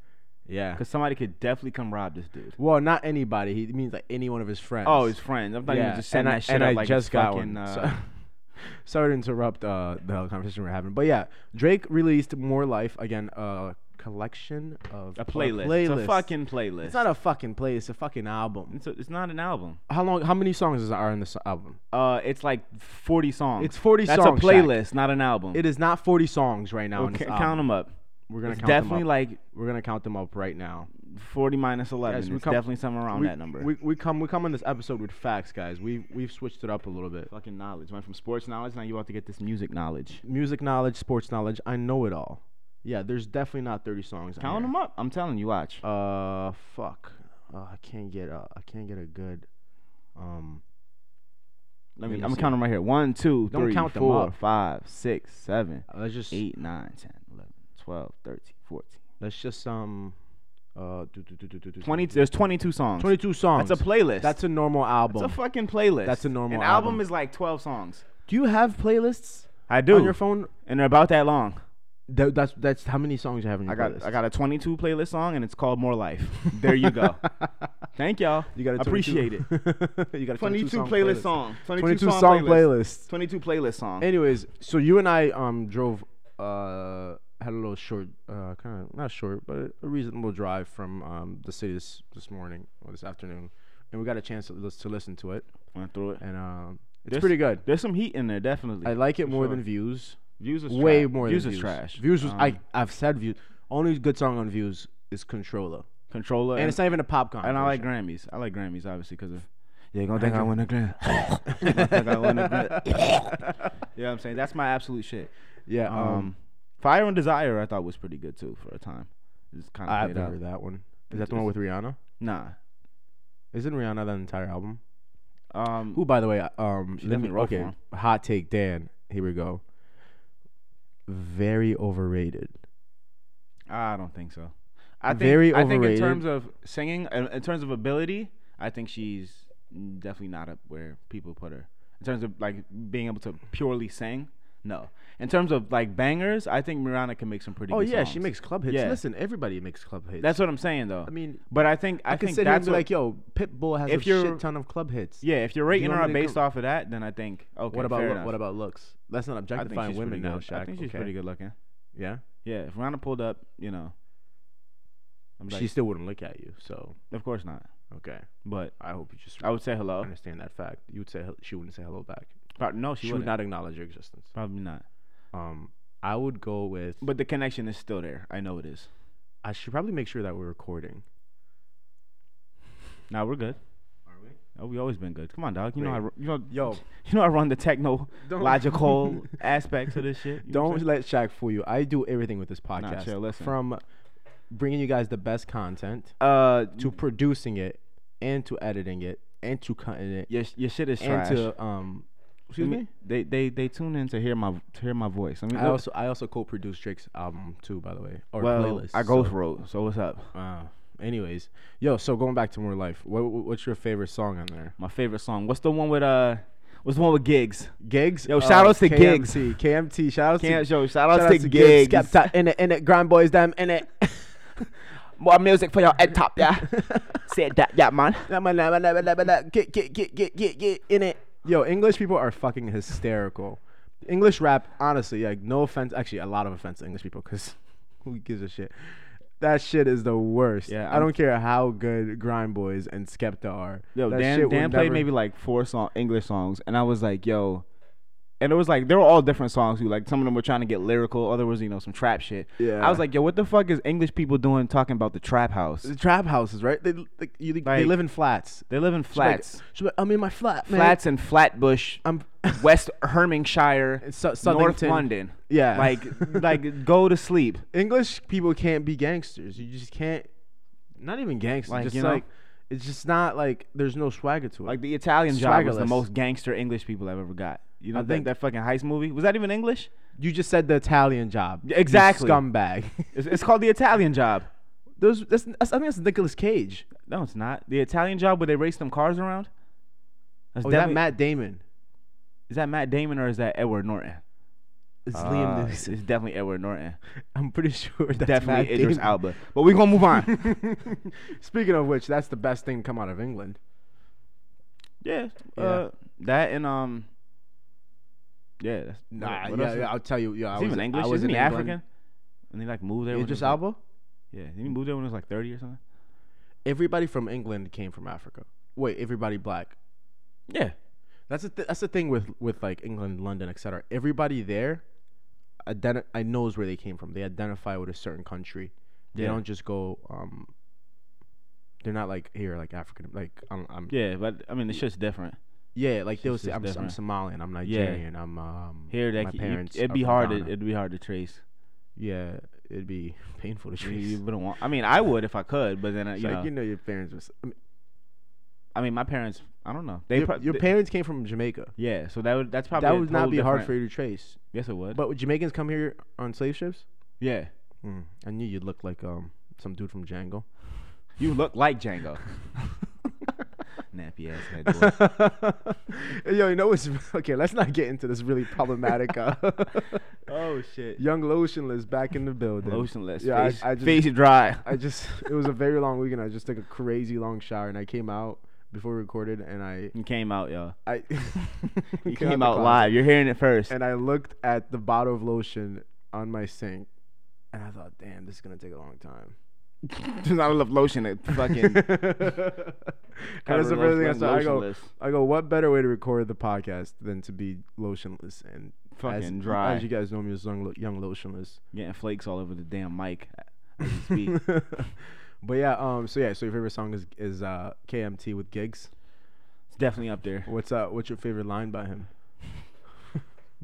[SPEAKER 1] Yeah.
[SPEAKER 2] Because somebody could definitely come rob this dude.
[SPEAKER 1] Well, not anybody. He means like any one of his friends.
[SPEAKER 2] Oh, his friends. I'm not even
[SPEAKER 1] yeah.
[SPEAKER 2] just
[SPEAKER 1] and
[SPEAKER 2] sending
[SPEAKER 1] I,
[SPEAKER 2] that shit
[SPEAKER 1] and
[SPEAKER 2] up
[SPEAKER 1] I
[SPEAKER 2] like
[SPEAKER 1] just
[SPEAKER 2] it's
[SPEAKER 1] got
[SPEAKER 2] fucking,
[SPEAKER 1] one.
[SPEAKER 2] uh,
[SPEAKER 1] So- sorry to interrupt uh, the conversation we're having, but yeah, Drake released "More Life" again, a collection of
[SPEAKER 2] a playlist. It's a fucking playlist.
[SPEAKER 1] It's not a fucking play. It's a fucking album.
[SPEAKER 2] It's, a- it's not an album.
[SPEAKER 1] How long? How many songs is- are in this album?
[SPEAKER 2] Uh, it's like 40 songs.
[SPEAKER 1] It's 40
[SPEAKER 2] That's
[SPEAKER 1] songs,
[SPEAKER 2] a
[SPEAKER 1] Shaq.
[SPEAKER 2] playlist, not an album.
[SPEAKER 1] It is not forty songs right now. in
[SPEAKER 2] okay,
[SPEAKER 1] this
[SPEAKER 2] count
[SPEAKER 1] album.
[SPEAKER 2] them up.
[SPEAKER 1] We're gonna
[SPEAKER 2] It's
[SPEAKER 1] count
[SPEAKER 2] definitely
[SPEAKER 1] them up.
[SPEAKER 2] like
[SPEAKER 1] We're gonna count them up right now.
[SPEAKER 2] 40 minus 11.
[SPEAKER 1] Guys, we
[SPEAKER 2] it's
[SPEAKER 1] come-
[SPEAKER 2] definitely somewhere around
[SPEAKER 1] we,
[SPEAKER 2] that number.
[SPEAKER 1] We, we come we come on this episode with facts, guys. We we've switched it up a little bit.
[SPEAKER 2] fucking knowledge. Went from sports knowledge, now you about to get this music knowledge.
[SPEAKER 1] Music knowledge, sports knowledge. I know it all. Yeah, there's definitely not thirty songs. on
[SPEAKER 2] Count
[SPEAKER 1] here.
[SPEAKER 2] them up. I'm telling you, watch.
[SPEAKER 1] Uh, fuck. Uh, I can't get a. I can't get a good. Um,
[SPEAKER 2] Let me,
[SPEAKER 1] let me
[SPEAKER 2] I'm
[SPEAKER 1] see.
[SPEAKER 2] gonna count them right here. One, two,
[SPEAKER 1] Don't
[SPEAKER 2] three,
[SPEAKER 1] count them
[SPEAKER 2] four,
[SPEAKER 1] up.
[SPEAKER 2] five, six, seven,
[SPEAKER 1] let's just
[SPEAKER 2] eight, nine, 10, 11, 12, 13, 14.
[SPEAKER 1] let's just um, uh, do, do, do, do, do, do,
[SPEAKER 2] 20, there's 22 songs.
[SPEAKER 1] 22 songs.
[SPEAKER 2] That's a playlist.
[SPEAKER 1] That's a normal
[SPEAKER 2] It's
[SPEAKER 1] album.
[SPEAKER 2] a fucking playlist.
[SPEAKER 1] That's a normal
[SPEAKER 2] An
[SPEAKER 1] album.
[SPEAKER 2] album. is like 12 songs.
[SPEAKER 1] do you have playlists
[SPEAKER 2] I do.
[SPEAKER 1] on your phone?
[SPEAKER 2] and they're about that long.
[SPEAKER 1] Th- that's that's how many songs you have in your
[SPEAKER 2] I got
[SPEAKER 1] playlist.
[SPEAKER 2] I got a 22 playlist song and it's called More Life. There you go. Thank y'all.
[SPEAKER 1] You got a 22
[SPEAKER 2] appreciate it.
[SPEAKER 1] you got a
[SPEAKER 2] 22
[SPEAKER 1] song
[SPEAKER 2] playlist song. 22,
[SPEAKER 1] 22
[SPEAKER 2] song,
[SPEAKER 1] song
[SPEAKER 2] playlist.
[SPEAKER 1] playlist.
[SPEAKER 2] 22 playlist song.
[SPEAKER 1] Anyways, so you and I um drove uh had a little short uh kind of not short but a reasonable drive from um the city this this morning or this afternoon, and we got a chance to, lis- to listen to it,
[SPEAKER 2] Went through it.
[SPEAKER 1] and um it's
[SPEAKER 2] This-
[SPEAKER 1] pretty good.
[SPEAKER 2] There's some heat in there, definitely.
[SPEAKER 1] I like it more
[SPEAKER 2] sure.
[SPEAKER 1] than views,
[SPEAKER 2] views is
[SPEAKER 1] way
[SPEAKER 2] trash.
[SPEAKER 1] more
[SPEAKER 2] views
[SPEAKER 1] than
[SPEAKER 2] is
[SPEAKER 1] views.
[SPEAKER 2] trash.
[SPEAKER 1] Views was
[SPEAKER 2] Um,
[SPEAKER 1] I I've said views. Only good song on views is Controller,
[SPEAKER 2] controller
[SPEAKER 1] and it's not even a pop con.
[SPEAKER 2] And I like
[SPEAKER 1] version.
[SPEAKER 2] Grammys. I like Grammys, obviously, because of. You're gonna think I win a Grammy. You're gonna think I win a Grammy. You know what I'm saying? That's my absolute shit.
[SPEAKER 1] yeah.
[SPEAKER 2] Um,
[SPEAKER 1] Um,
[SPEAKER 2] Fire and Desire, I thought was pretty good too for a time. It's kind
[SPEAKER 1] I
[SPEAKER 2] of
[SPEAKER 1] have
[SPEAKER 2] played out.
[SPEAKER 1] heard that one. Is
[SPEAKER 2] It
[SPEAKER 1] that the one
[SPEAKER 2] is.
[SPEAKER 1] with Rihanna?
[SPEAKER 2] Nah.
[SPEAKER 1] Isn't Rihanna that entire album?
[SPEAKER 2] Um,
[SPEAKER 1] Who, by the way, uh, um,
[SPEAKER 2] She
[SPEAKER 1] let me
[SPEAKER 2] definitely wrote for
[SPEAKER 1] okay.
[SPEAKER 2] him.
[SPEAKER 1] Hot take, Dan. Here we go. Very overrated.
[SPEAKER 2] I don't think so. I think,
[SPEAKER 1] Very
[SPEAKER 2] I think in
[SPEAKER 1] overrated.
[SPEAKER 2] terms of singing, in, in terms of ability, I think she's definitely not up where people put her. In terms of like being able to purely sing, No. In terms of like bangers, I think Mirana can make some pretty.
[SPEAKER 1] Oh
[SPEAKER 2] good
[SPEAKER 1] yeah, she
[SPEAKER 2] songs.
[SPEAKER 1] makes club hits.
[SPEAKER 2] Yeah.
[SPEAKER 1] Listen, everybody makes club hits.
[SPEAKER 2] That's what I'm saying though.
[SPEAKER 1] I mean,
[SPEAKER 2] but I think I,
[SPEAKER 1] I, can
[SPEAKER 2] think
[SPEAKER 1] sit here and
[SPEAKER 2] that's
[SPEAKER 1] be
[SPEAKER 2] what,
[SPEAKER 1] like, yo, Pitbull has
[SPEAKER 2] if
[SPEAKER 1] a
[SPEAKER 2] you're-
[SPEAKER 1] shit ton of club hits.
[SPEAKER 2] yeah. If you're rating
[SPEAKER 1] want
[SPEAKER 2] her
[SPEAKER 1] me to
[SPEAKER 2] based
[SPEAKER 1] come-
[SPEAKER 2] off of that, then I think okay.
[SPEAKER 1] What about
[SPEAKER 2] fair
[SPEAKER 1] loo-
[SPEAKER 2] enough.
[SPEAKER 1] what about looks? That's not
[SPEAKER 2] I think
[SPEAKER 1] objectifying
[SPEAKER 2] she's
[SPEAKER 1] women
[SPEAKER 2] pretty
[SPEAKER 1] now,
[SPEAKER 2] good.
[SPEAKER 1] Shaq.
[SPEAKER 2] I think she's
[SPEAKER 1] okay.
[SPEAKER 2] pretty good looking.
[SPEAKER 1] Yeah,
[SPEAKER 2] Yeah. If Rihanna pulled up, you know, I'm like,
[SPEAKER 1] she still wouldn't look at you. So
[SPEAKER 2] of course not.
[SPEAKER 1] okay,
[SPEAKER 2] But
[SPEAKER 1] I hope you just
[SPEAKER 2] I would say hello.
[SPEAKER 1] understand that fact. You would say hel- she wouldn't say hello back.
[SPEAKER 2] Pro- No, she,
[SPEAKER 1] She
[SPEAKER 2] would
[SPEAKER 1] would
[SPEAKER 2] not.
[SPEAKER 1] not acknowledge your existence.
[SPEAKER 2] Probably not.
[SPEAKER 1] Um, I would go with.
[SPEAKER 2] But the connection is still there. I know it is.
[SPEAKER 1] I should probably make sure that we're recording.
[SPEAKER 2] Now we're good.
[SPEAKER 1] Are we?
[SPEAKER 2] Oh, we always been good. Come on, dog. You know I
[SPEAKER 1] Wait.
[SPEAKER 2] ru- you know
[SPEAKER 1] Yo,
[SPEAKER 2] you know I run the techno
[SPEAKER 1] Don't-
[SPEAKER 2] logical aspects of this shit. You know what I'm
[SPEAKER 1] Don't let Shaq fool you. I do everything with this podcast.
[SPEAKER 2] chill, listen.
[SPEAKER 1] From bringing you guys the best content
[SPEAKER 2] saying? uh
[SPEAKER 1] to producing it and to editing it and to cutting it
[SPEAKER 2] your sh- your shit is
[SPEAKER 1] and
[SPEAKER 2] trash.
[SPEAKER 1] to um excuse
[SPEAKER 2] Let
[SPEAKER 1] me.
[SPEAKER 2] They they they tune in to hear my to hear my voice. I mean,
[SPEAKER 1] I
[SPEAKER 2] look,
[SPEAKER 1] also I also co-produce Drake's album too, by the way, or
[SPEAKER 2] well,
[SPEAKER 1] playlist.
[SPEAKER 2] I ghost
[SPEAKER 1] so,
[SPEAKER 2] wrote. So what's up?
[SPEAKER 1] uh, anyways, yo, so going back to more life. What what- what's your favorite song on there?
[SPEAKER 2] My favorite song. What's the one with uh? What's the one with gigs?
[SPEAKER 1] Gigs. Um,
[SPEAKER 2] Yo, shout outs to Gigs.
[SPEAKER 1] KMT. KMT. Shout outs
[SPEAKER 2] Can't
[SPEAKER 1] to.
[SPEAKER 2] show. Shout
[SPEAKER 1] Shout
[SPEAKER 2] out to gigs.
[SPEAKER 1] Skepta in it, in it, grind boys, damn in it.
[SPEAKER 2] More music for your head top, yeah. Said that, yeah, man.
[SPEAKER 1] get get get get get get in it. Yo, English people are fucking hysterical. English rap, honestly, like no offense, actually a lot of offense to English people, cause who gives a shit? That shit is the worst.
[SPEAKER 2] Yeah,
[SPEAKER 1] I
[SPEAKER 2] I'm-
[SPEAKER 1] don't care how good Grind Boys and Skepta are.
[SPEAKER 2] Yo,
[SPEAKER 1] that
[SPEAKER 2] Dan,
[SPEAKER 1] shit will
[SPEAKER 2] Dan played
[SPEAKER 1] never-
[SPEAKER 2] maybe like four song English songs, and I was like, yo. And it was like they were all different songs too. Like some of them were trying to get lyrical, other was you know some trap shit.
[SPEAKER 1] Yeah.
[SPEAKER 2] I was like, yo, what the fuck is English people doing talking about the trap house?
[SPEAKER 1] The trap houses, right? They like, you, they
[SPEAKER 2] Like-
[SPEAKER 1] live in flats.
[SPEAKER 2] They live in
[SPEAKER 1] She's like-
[SPEAKER 2] flats,
[SPEAKER 1] she's like, I'm in my flat, man.
[SPEAKER 2] flats in Flatbush,
[SPEAKER 1] I'm
[SPEAKER 2] West Hermingshire,
[SPEAKER 1] It's Su-
[SPEAKER 2] North
[SPEAKER 1] Southington.
[SPEAKER 2] London.
[SPEAKER 1] Yeah.
[SPEAKER 2] like like go to sleep.
[SPEAKER 1] English people can't be gangsters. You just can't. Not even gangsters.
[SPEAKER 2] Like,
[SPEAKER 1] just
[SPEAKER 2] you know?
[SPEAKER 1] like it's just not like there's no swagger to it.
[SPEAKER 2] Like the Italian job was the
[SPEAKER 1] Swaggerless.
[SPEAKER 2] most gangster English people I've ever got. You know,
[SPEAKER 1] I
[SPEAKER 2] that,
[SPEAKER 1] think-
[SPEAKER 2] that fucking heist movie was that even English?
[SPEAKER 1] you just said the Italian job. you
[SPEAKER 2] exactly.
[SPEAKER 1] scumbag.
[SPEAKER 2] It's, it's called the Italian job.
[SPEAKER 1] Those that's, that's I think that's Nicolas Cage.
[SPEAKER 2] No, it's not the Italian job where they race them cars around. That's
[SPEAKER 1] Oh, is that
[SPEAKER 2] definitely-
[SPEAKER 1] Matt Damon?
[SPEAKER 2] Is that Matt Damon or is that Edward Norton?
[SPEAKER 1] It's
[SPEAKER 2] Ah,
[SPEAKER 1] Liam Neeson.
[SPEAKER 2] It's definitely Edward Norton.
[SPEAKER 1] I'm pretty sure that's
[SPEAKER 2] definitely
[SPEAKER 1] Matt
[SPEAKER 2] Idris
[SPEAKER 1] Damon.
[SPEAKER 2] Alba. But we're gonna move on.
[SPEAKER 1] Speaking of which, that's the best thing to come out of England.
[SPEAKER 2] yeah, uh, that and um, yeah. That's,
[SPEAKER 1] Nah,
[SPEAKER 2] what
[SPEAKER 1] yeah,
[SPEAKER 2] else is-
[SPEAKER 1] yeah, I'll tell you. Yeah, I
[SPEAKER 2] Is he
[SPEAKER 1] was
[SPEAKER 2] even English?
[SPEAKER 1] I was
[SPEAKER 2] Isn't
[SPEAKER 1] in
[SPEAKER 2] he
[SPEAKER 1] England.
[SPEAKER 2] African? And they like moved there. when he
[SPEAKER 1] Idris
[SPEAKER 2] was, like-
[SPEAKER 1] Alba.
[SPEAKER 2] Yeah, did he move there when he was like thirty or something?
[SPEAKER 1] Everybody from England came from Africa. Wait, everybody black.
[SPEAKER 2] Yeah,
[SPEAKER 1] That's the th- that's the thing with with like England, London, etc. Everybody there, identi- I knows where they came from. They identify with a certain country. They
[SPEAKER 2] Yeah.
[SPEAKER 1] don't just go. um They're not like here, like African, like I'm. I'm yeah.
[SPEAKER 2] yeah, but I mean, it's just different.
[SPEAKER 1] like they'll
[SPEAKER 2] It's
[SPEAKER 1] say
[SPEAKER 2] just
[SPEAKER 1] I'm, I'm
[SPEAKER 2] different.
[SPEAKER 1] Somalian, I'm Nigerian, I'm um
[SPEAKER 2] Here, that
[SPEAKER 1] my
[SPEAKER 2] c- you-
[SPEAKER 1] parents.
[SPEAKER 2] it'd
[SPEAKER 1] are
[SPEAKER 2] be
[SPEAKER 1] from
[SPEAKER 2] hard. To,
[SPEAKER 1] Ghana."
[SPEAKER 2] it'd be hard to trace.
[SPEAKER 1] yeah, it'd be painful to
[SPEAKER 2] You,
[SPEAKER 1] trace.
[SPEAKER 2] you wouldn't want. I mean, I would if I could, but then uh,
[SPEAKER 1] It's
[SPEAKER 2] you,
[SPEAKER 1] like,
[SPEAKER 2] know,
[SPEAKER 1] you know, your parents was. I mean,
[SPEAKER 2] I mean, my parents. I don't know. They
[SPEAKER 1] your,
[SPEAKER 2] pro-
[SPEAKER 1] your
[SPEAKER 2] they-
[SPEAKER 1] parents came from Jamaica.
[SPEAKER 2] Yeah, so that would that's probably
[SPEAKER 1] That
[SPEAKER 2] a
[SPEAKER 1] would not
[SPEAKER 2] total
[SPEAKER 1] be hard for
[SPEAKER 2] different- Uh,
[SPEAKER 1] you to trace.
[SPEAKER 2] Yes, it would.
[SPEAKER 1] But would Jamaicans come here on slave ships?
[SPEAKER 2] yeah, Hmm.
[SPEAKER 1] Mm, I knew you looked like um some dude from Django.
[SPEAKER 2] you look like Django. Nappy ass head. Boy.
[SPEAKER 1] Yo, you know what's okay? Let's not get into this really problematic. Uh,
[SPEAKER 2] oh shit.
[SPEAKER 1] young lotionless back in the building.
[SPEAKER 2] Lotionless.
[SPEAKER 1] Yeah, I-
[SPEAKER 2] face,
[SPEAKER 1] I just-
[SPEAKER 2] face dry.
[SPEAKER 1] I just it was a very long weekend. I just took a crazy long shower and I came out before we recorded and I
[SPEAKER 2] You came out, y'all.
[SPEAKER 1] I the
[SPEAKER 2] You came out
[SPEAKER 1] closet
[SPEAKER 2] live. You're hearing it first.
[SPEAKER 1] and I looked at the bottle of lotion on my sink and I thought, damn, this is gonna take a long time.
[SPEAKER 2] There's not enough lotion to fucking.
[SPEAKER 1] and that's
[SPEAKER 2] cover
[SPEAKER 1] the first thing I
[SPEAKER 2] lotion-
[SPEAKER 1] saw. I go,
[SPEAKER 2] lotionless.
[SPEAKER 1] I go, what better way to record the podcast than to be lotionless and as-
[SPEAKER 2] Fucking dry.
[SPEAKER 1] As you guys know me as young, lo- young lotionless.
[SPEAKER 2] getting flakes all over the damn mic as you speak.
[SPEAKER 1] but yeah, um, so yeah, so your favorite song is is uh, KMT with Gigs.
[SPEAKER 2] it's definitely up there.
[SPEAKER 1] What's uh, what's your favorite line by him?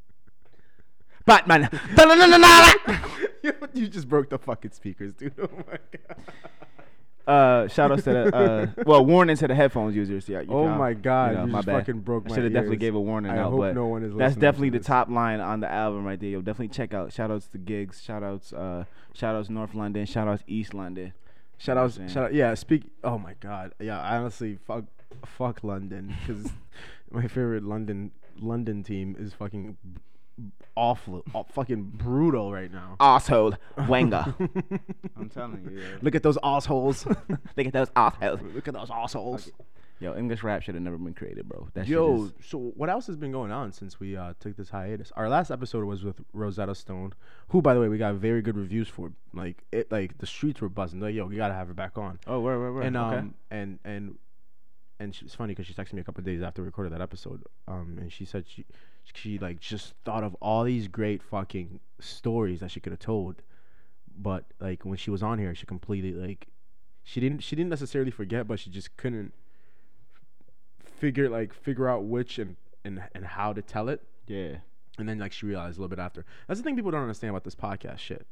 [SPEAKER 2] Batman. Da-da-da-da-da-da!
[SPEAKER 1] you just broke the fucking speakers, dude. Oh my god.
[SPEAKER 2] uh, shout outs to the uh, well warning to the headphones users. Yeah. you
[SPEAKER 1] Oh
[SPEAKER 2] know,
[SPEAKER 1] my god,
[SPEAKER 2] know,
[SPEAKER 1] you
[SPEAKER 2] my
[SPEAKER 1] just
[SPEAKER 2] bad.
[SPEAKER 1] fucking broke
[SPEAKER 2] I
[SPEAKER 1] my.
[SPEAKER 2] should have definitely
[SPEAKER 1] ears.
[SPEAKER 2] gave a warning
[SPEAKER 1] I
[SPEAKER 2] out,
[SPEAKER 1] hope
[SPEAKER 2] but
[SPEAKER 1] no one is.
[SPEAKER 2] that's
[SPEAKER 1] listening to
[SPEAKER 2] definitely the
[SPEAKER 1] this.
[SPEAKER 2] top line on the album right there. Yo, definitely check out. Shout outs to gigs. Shout outs. Uh, shout outs North London. Shout outs East London.
[SPEAKER 1] Shout
[SPEAKER 2] You know
[SPEAKER 1] out,
[SPEAKER 2] what I'm
[SPEAKER 1] shout out, yeah. Speak. Oh my god, yeah. I honestly, fuck, fuck London, because my favorite London London team is fucking awful, aw- fucking brutal right now.
[SPEAKER 3] Asshole. Wenger.
[SPEAKER 2] I'm telling you. yo.
[SPEAKER 1] Look at those assholes.
[SPEAKER 3] Look at those assholes.
[SPEAKER 1] Look at those assholes.
[SPEAKER 3] Yo, English rap should have never been created, bro. That
[SPEAKER 1] Yo,
[SPEAKER 3] shit
[SPEAKER 1] so what else has been going on since we uh, took this hiatus? Our last episode was with Rosetta Stone, who, by the way, we got very good reviews for. Like, it, like the streets were buzzing. Like, yo, we gotta have her back on.
[SPEAKER 2] Oh, where, where, where?
[SPEAKER 1] and um
[SPEAKER 2] Okay.
[SPEAKER 1] and and and she, it's funny because she texted me a couple days after we recorded that episode. Um, and she said she she like just thought of all these great fucking stories that she could have told, but like when she was on here, she completely like she didn't she didn't necessarily forget, but she just couldn't figure like figure out which and and and how to tell it.
[SPEAKER 2] yeah.
[SPEAKER 1] And then like she realized a little bit after. That's the thing people don't understand about this podcast shit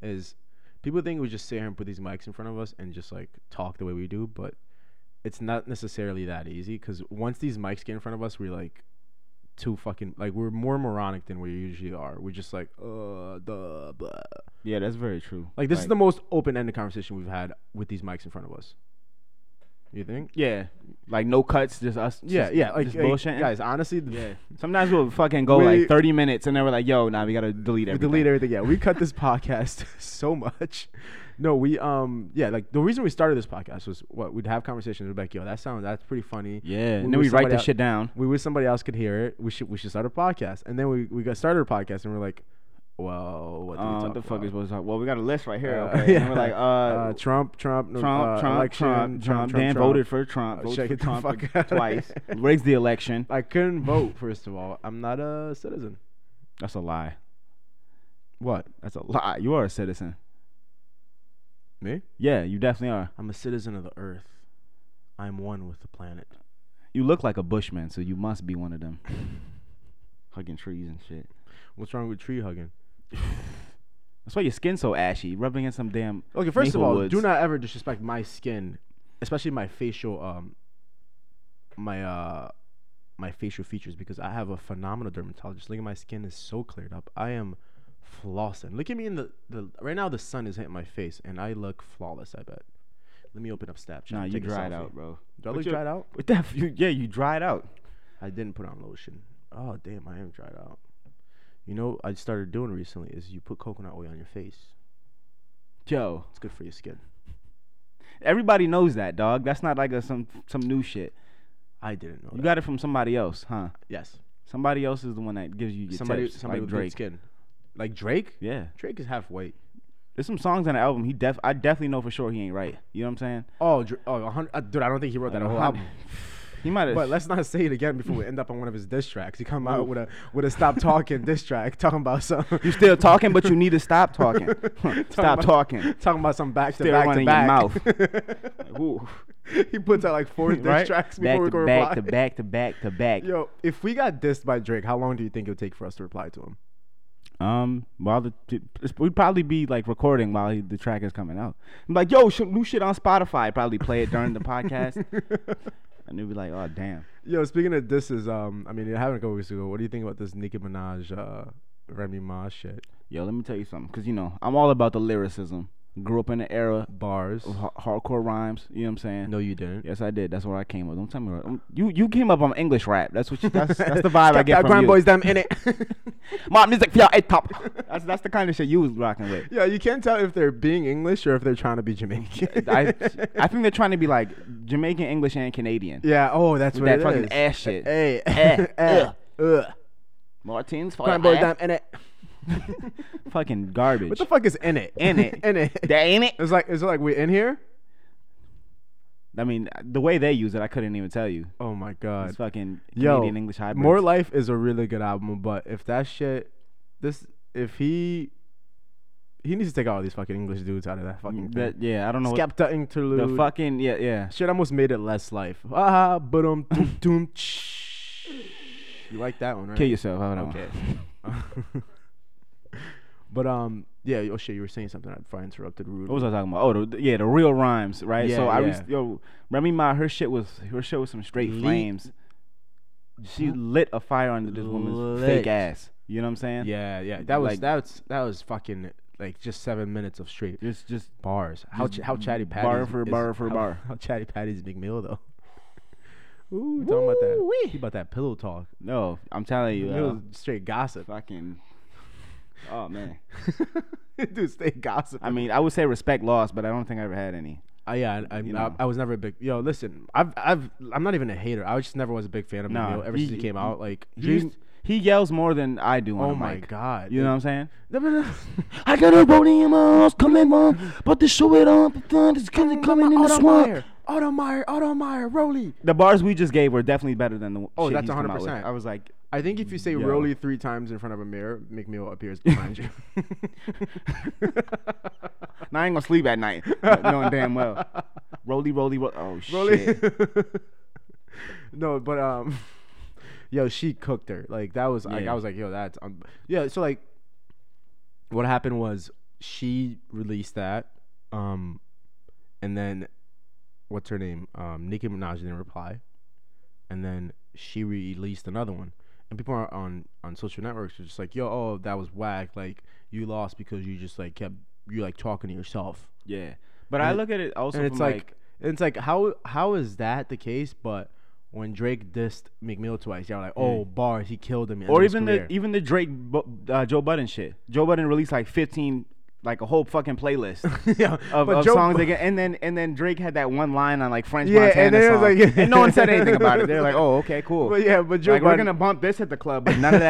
[SPEAKER 1] is people think we just sit here and put these mics in front of us and just like talk the way we do, but it's not necessarily that easy because once these mics get in front of us, we're like too fucking like we're more moronic than we usually are. We're just like uh the blah.
[SPEAKER 2] Yeah, that's very true.
[SPEAKER 1] like this is the most open ended conversation we've had with these mics in front of us. You think?
[SPEAKER 2] Yeah. Like no cuts, just us.
[SPEAKER 1] Yeah,
[SPEAKER 2] just-
[SPEAKER 1] yeah. Like,
[SPEAKER 2] just
[SPEAKER 1] like,
[SPEAKER 2] bullshitting.
[SPEAKER 1] guys, honestly, the,
[SPEAKER 2] Yeah. Sometimes we'll fucking go
[SPEAKER 1] We-
[SPEAKER 2] like 30 minutes and then we're like, yo, nah, we gotta delete
[SPEAKER 1] We
[SPEAKER 2] everything.
[SPEAKER 1] delete everything. Yeah, we cut this podcast so much. No, we um yeah, like the reason we started this podcast was what we'd have conversations. We'd be like, yo, that sounds that's pretty funny.
[SPEAKER 2] Yeah.
[SPEAKER 1] We
[SPEAKER 2] And then
[SPEAKER 1] wish
[SPEAKER 2] we write
[SPEAKER 1] somebody
[SPEAKER 2] that
[SPEAKER 1] out-
[SPEAKER 2] shit down.
[SPEAKER 1] We wish somebody else could hear it. We should we should start a podcast. And then we, we got started a podcast and we're like, well, what do we
[SPEAKER 2] Uh,
[SPEAKER 1] talk
[SPEAKER 2] what the fuck
[SPEAKER 1] about?
[SPEAKER 2] is supposed to talk? Well, we got a list right here.
[SPEAKER 1] Uh,
[SPEAKER 2] okay.
[SPEAKER 1] yeah.
[SPEAKER 2] And we're like, uh,
[SPEAKER 1] uh, Trump, Trump, no,
[SPEAKER 2] Trump,
[SPEAKER 1] uh,
[SPEAKER 2] Trump,
[SPEAKER 1] election,
[SPEAKER 2] Trump, Trump, Dan voted for Trump. Votes
[SPEAKER 1] Check
[SPEAKER 2] for
[SPEAKER 1] it the
[SPEAKER 2] Trump
[SPEAKER 1] fuck out.
[SPEAKER 2] twice. Rigs the election.
[SPEAKER 1] I couldn't vote. First of all, I'm not a citizen.
[SPEAKER 2] That's a lie.
[SPEAKER 1] What?
[SPEAKER 2] That's a lie. You are a citizen.
[SPEAKER 1] Me?
[SPEAKER 2] Yeah, you definitely are.
[SPEAKER 1] I'm a citizen of the earth. I'm one with the planet.
[SPEAKER 2] You look like a bushman, so you must be one of them. Hugging trees and shit.
[SPEAKER 1] What's wrong with tree hugging?
[SPEAKER 2] That's why your skin's so ashy. You Rub against some damn.
[SPEAKER 1] Okay, first
[SPEAKER 2] maple
[SPEAKER 1] of all,
[SPEAKER 2] woods.
[SPEAKER 1] do not ever disrespect my skin, especially my facial um my uh my facial features because I have a phenomenal dermatologist. Look at my skin is so cleared up. I am flossing. Look at me in the, the right now the sun is hitting my face and I look flawless, I bet. Let me open up Snapchat.
[SPEAKER 2] Nah,
[SPEAKER 1] and
[SPEAKER 2] you
[SPEAKER 1] take a
[SPEAKER 2] dried
[SPEAKER 1] selfie.
[SPEAKER 2] out, bro.
[SPEAKER 1] Do I
[SPEAKER 2] But
[SPEAKER 1] look
[SPEAKER 2] you-
[SPEAKER 1] dried out?
[SPEAKER 2] With that, you, yeah, you dried out.
[SPEAKER 1] I didn't put on lotion. Oh damn, I am dried out. You know what I started doing recently is you put coconut oil on your face.
[SPEAKER 2] Yo,
[SPEAKER 1] It's good for your skin.
[SPEAKER 2] everybody knows that, dog. That's not like a some some new shit.
[SPEAKER 1] I didn't know
[SPEAKER 2] You
[SPEAKER 1] that.
[SPEAKER 2] got it from somebody else, huh?
[SPEAKER 1] yes.
[SPEAKER 2] Somebody else is the one that gives you your
[SPEAKER 1] somebody
[SPEAKER 2] tips,
[SPEAKER 1] somebody with
[SPEAKER 2] like Drake.
[SPEAKER 1] good skin. Like Drake?
[SPEAKER 2] Yeah,
[SPEAKER 1] Drake is half white.
[SPEAKER 2] there's some songs on the album. He def, I definitely know for sure he ain't right. You know what I'm saying?
[SPEAKER 1] Oh, Dra- oh, a hun- uh, dude, I don't think he wrote that
[SPEAKER 2] Like,
[SPEAKER 1] whole
[SPEAKER 2] how-
[SPEAKER 1] album.
[SPEAKER 2] He might have.
[SPEAKER 1] But let's not say it again before we end up on one of his diss tracks. He come out with a with a stop talking diss track, talking about some
[SPEAKER 2] You still talking, but you need to stop talking. stop
[SPEAKER 1] about-
[SPEAKER 2] talking.
[SPEAKER 1] talking about some back to
[SPEAKER 2] Still
[SPEAKER 1] back to
[SPEAKER 2] running your
[SPEAKER 1] back.
[SPEAKER 2] Like, ooh.
[SPEAKER 1] he puts out like four diss
[SPEAKER 2] Right?
[SPEAKER 1] tracks
[SPEAKER 2] Back
[SPEAKER 1] before we
[SPEAKER 2] to
[SPEAKER 1] go
[SPEAKER 2] back to
[SPEAKER 1] reply.
[SPEAKER 2] back to back to back.
[SPEAKER 1] Yo, if we got dissed by Drake, how long do you think it would take for us to reply to him?
[SPEAKER 2] Um, while the it's- we'd probably be like recording while he, the track is coming out. I'm like, yo, sh- new shit on Spotify. Probably play it during the podcast, and they'd be like, oh damn.
[SPEAKER 1] Yo, speaking of disses, um, I mean, it happened a couple weeks ago. What do you think about this Nicki Minaj, uh, Remy Ma shit?
[SPEAKER 2] Yo, let me tell you something, cause you know I'm all about the lyricism. Grew up in the era
[SPEAKER 1] Bars?
[SPEAKER 2] of ha- hardcore rhymes. You know what I'm saying?
[SPEAKER 1] No, you didn't.
[SPEAKER 2] Yes, Uh-huh. I did. That's where I came up. Don't tell me what- um, you you came up on English rap. That's what you, that's that's the vibe I get from you.
[SPEAKER 1] them in it.
[SPEAKER 2] My music for your eight top. That's that's the kind of shit you was rocking with.
[SPEAKER 1] yeah, you can't tell if they're being English or if they're trying to be Jamaican.
[SPEAKER 2] I I think they're trying to be like Jamaican English and Canadian.
[SPEAKER 1] yeah, oh, that's what
[SPEAKER 2] that
[SPEAKER 1] it
[SPEAKER 2] fucking
[SPEAKER 1] is.
[SPEAKER 2] ass shit.
[SPEAKER 1] Hey,
[SPEAKER 2] Eh,
[SPEAKER 1] eh, ugh.
[SPEAKER 2] Martins for
[SPEAKER 1] Crime
[SPEAKER 2] your
[SPEAKER 1] boys
[SPEAKER 2] ass.
[SPEAKER 1] them in it.
[SPEAKER 2] Fucking garbage.
[SPEAKER 1] What the fuck is in it?
[SPEAKER 2] In it.
[SPEAKER 1] in it.
[SPEAKER 2] that ain't it.
[SPEAKER 1] It's like it's like we're in here.
[SPEAKER 2] I mean, the way they use it, I couldn't even tell you.
[SPEAKER 1] Oh my god.
[SPEAKER 2] It's fucking
[SPEAKER 1] Yo,
[SPEAKER 2] Canadian English hybrid.
[SPEAKER 1] More Life is a really good album, but if that shit, this if he. He needs to take all these fucking English dudes out of that fucking thing.
[SPEAKER 2] Mm, that, yeah, I don't know. What,
[SPEAKER 1] Skepta interlude.
[SPEAKER 2] the fucking yeah, yeah.
[SPEAKER 1] Shit almost made it less life. Ah, but um, doom, doom, tsh. You like that one, right?
[SPEAKER 2] Kill yourself. Hold on.
[SPEAKER 1] Okay. but um, yeah. Oh shit, you were saying something. I before I interrupted
[SPEAKER 2] What
[SPEAKER 1] rudely.
[SPEAKER 2] was I talking about? Oh, the, yeah, the real rhymes, right? so
[SPEAKER 1] Yeah,
[SPEAKER 2] I
[SPEAKER 1] yeah.
[SPEAKER 2] re- yo Remy Ma, her shit was her shit was some straight
[SPEAKER 1] Lit.
[SPEAKER 2] flames. She lit a fire under this woman's
[SPEAKER 1] Lit.
[SPEAKER 2] fake ass. You know what I'm saying?
[SPEAKER 1] Yeah, yeah. That was
[SPEAKER 2] Like-
[SPEAKER 1] that was that was fucking like just seven minutes of straight
[SPEAKER 2] Just just
[SPEAKER 1] bars. How ch- how chatty Patty
[SPEAKER 2] bar for bar for
[SPEAKER 1] how,
[SPEAKER 2] bar.
[SPEAKER 1] How chatty Patty's big meal though. Ooh, talking about that.
[SPEAKER 3] Woo-wee.
[SPEAKER 1] He about that pillow talk.
[SPEAKER 2] No, I'm telling you,
[SPEAKER 1] It
[SPEAKER 2] uh,
[SPEAKER 1] was straight gossip.
[SPEAKER 2] fucking. Oh man.
[SPEAKER 1] Dude, stay gossip.
[SPEAKER 2] I mean, I would say respect lost, but I don't think I ever had any.
[SPEAKER 1] I, Uh, yeah, I, I,
[SPEAKER 2] You
[SPEAKER 1] I,
[SPEAKER 2] know.
[SPEAKER 1] I was never a big yo. Listen, I've, I've, I'm not even a hater. I just never was a big fan of
[SPEAKER 2] Nah,
[SPEAKER 1] Emilio ever
[SPEAKER 2] he-
[SPEAKER 1] since he came out. Like,
[SPEAKER 2] He,
[SPEAKER 1] he
[SPEAKER 2] used- he yells more than I do. On
[SPEAKER 1] oh
[SPEAKER 2] a
[SPEAKER 1] my
[SPEAKER 2] mic.
[SPEAKER 1] god,
[SPEAKER 2] You know what I'm saying?
[SPEAKER 3] I got a body in my house, coming on, but the show it on, it's coming, coming in the swamp.
[SPEAKER 1] Automeyer, Automeyer, Roly.
[SPEAKER 2] The bars we just gave were definitely better than the.
[SPEAKER 1] Oh,
[SPEAKER 2] shit
[SPEAKER 1] that's
[SPEAKER 2] he's come out with.
[SPEAKER 1] 100%.
[SPEAKER 2] I was like,
[SPEAKER 1] I think if you say
[SPEAKER 2] Yo.
[SPEAKER 1] Roly three times in front of a mirror, McMill appears behind you.
[SPEAKER 2] now I ain't gonna sleep at night, kn- knowing damn well. Roly, roly, roly. Oh shit.
[SPEAKER 1] no, but um, yo, she cooked her. Like that was like
[SPEAKER 2] Yeah.
[SPEAKER 1] I was like, yo, that's um, yeah. So like, what happened was she released that, um, and then what's her name? Um, Nicki Minaj didn't reply, and then she released another one. And people are on on social networks are just like, yo, oh, that was whack. Like you lost because you just like kept you like talking to yourself
[SPEAKER 2] Yeah. But
[SPEAKER 1] And
[SPEAKER 2] I
[SPEAKER 1] it-
[SPEAKER 2] look at it also
[SPEAKER 1] and
[SPEAKER 2] from
[SPEAKER 1] it's like, and it's like how how is that the case? But when Drake dissed McMill twice, y'all were like, oh bars, he killed him.
[SPEAKER 2] Mm. or even the even the Drake Bu- uh, Joe Budden shit. Joe Budden released like 15, like a whole fucking playlist
[SPEAKER 1] yeah,
[SPEAKER 2] e of,
[SPEAKER 1] but
[SPEAKER 2] of
[SPEAKER 1] Joe-
[SPEAKER 2] songs. They get, and then and then Drake had that one line on like French
[SPEAKER 1] Yeah, and
[SPEAKER 2] Montana
[SPEAKER 1] then it was
[SPEAKER 2] song,
[SPEAKER 1] like-
[SPEAKER 2] and no one said anything about it. They're like, oh, okay, cool.
[SPEAKER 1] But yeah, but Joe
[SPEAKER 2] like, we're
[SPEAKER 1] Budden-
[SPEAKER 2] gonna bump this at the club, but none of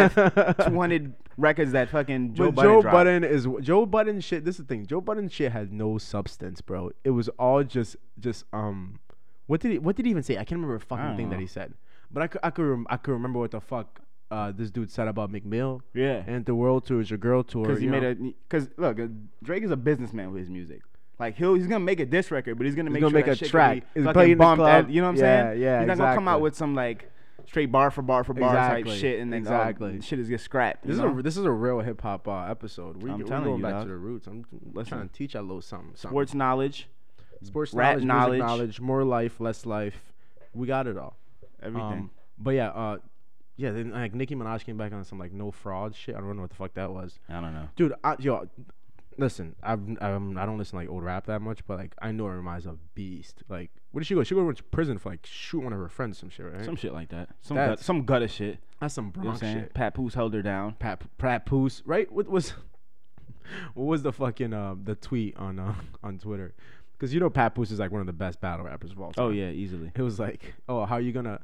[SPEAKER 2] that 200 records that fucking Joe
[SPEAKER 1] But
[SPEAKER 2] Budden
[SPEAKER 1] Joe
[SPEAKER 2] dropped.
[SPEAKER 1] Budden is Joe Budden shit. This is the thing. Joe Budden shit had no substance, bro. It was all just just um, what did he what did he even say? I can't remember a fucking
[SPEAKER 2] don't
[SPEAKER 1] thing that
[SPEAKER 2] know.
[SPEAKER 1] he said. But I could I could rem- I could remember what the fuck uh this dude said about McMill.
[SPEAKER 2] Yeah.
[SPEAKER 1] and the world tour is your girl tour.
[SPEAKER 2] Because he
[SPEAKER 1] you
[SPEAKER 2] made
[SPEAKER 1] know?
[SPEAKER 2] a because look, uh, Drake is a businessman with his music. Like he'll he's gonna make a diss record, but he's gonna make
[SPEAKER 1] gonna
[SPEAKER 2] sure
[SPEAKER 1] make
[SPEAKER 2] that
[SPEAKER 1] a
[SPEAKER 2] shit can
[SPEAKER 1] track.
[SPEAKER 2] be
[SPEAKER 1] It's
[SPEAKER 2] fucking
[SPEAKER 1] played in the
[SPEAKER 2] bumped
[SPEAKER 1] club.
[SPEAKER 2] at- you know what I'm
[SPEAKER 1] Yeah,
[SPEAKER 2] saying?
[SPEAKER 1] yeah,
[SPEAKER 2] He's not gonna come out
[SPEAKER 1] exactly.
[SPEAKER 2] with some like straight bar for bar for bar
[SPEAKER 1] Exactly,
[SPEAKER 2] type shit, and then oh,
[SPEAKER 1] exactly.
[SPEAKER 2] shit is get scrapped.
[SPEAKER 1] This
[SPEAKER 2] you
[SPEAKER 1] is
[SPEAKER 2] know?
[SPEAKER 1] a this is a real hip hop uh, episode. We,
[SPEAKER 2] I'm
[SPEAKER 1] we're
[SPEAKER 2] telling
[SPEAKER 1] going
[SPEAKER 2] you,
[SPEAKER 1] back
[SPEAKER 2] dog.
[SPEAKER 1] to the roots. I'm trying to teach our little something. something.
[SPEAKER 2] sports knowledge,
[SPEAKER 1] sports
[SPEAKER 2] rap
[SPEAKER 1] knowledge, music
[SPEAKER 2] knowledge.
[SPEAKER 1] knowledge, more life, less life. We got it all.
[SPEAKER 2] everything.
[SPEAKER 1] Um, but yeah, uh, yeah. Then like Nicki Minaj came back on some like no fraud shit. I don't know what the fuck that was,
[SPEAKER 2] I don't know.
[SPEAKER 1] dude. I, yo, listen, I've I'm, I don't listen to, like old rap that much, but like I know her reminds a beast. Like, where did she go? She went to prison for like shoot one of her friends, some shit, right?
[SPEAKER 2] Some shit like that. Some
[SPEAKER 1] That's-
[SPEAKER 2] gut, some gutter shit.
[SPEAKER 1] That's some
[SPEAKER 2] You know
[SPEAKER 1] Bronx
[SPEAKER 2] what I'm saying?
[SPEAKER 1] shit.
[SPEAKER 2] Pat Poose held her down.
[SPEAKER 1] Pat Pat Poose, right? What was what was the fucking uh, the tweet on uh, on Twitter? Because you know Pat Poose is like one of the best battle rappers of all time.
[SPEAKER 2] Oh yeah, easily.
[SPEAKER 1] It was like, oh, how you gonna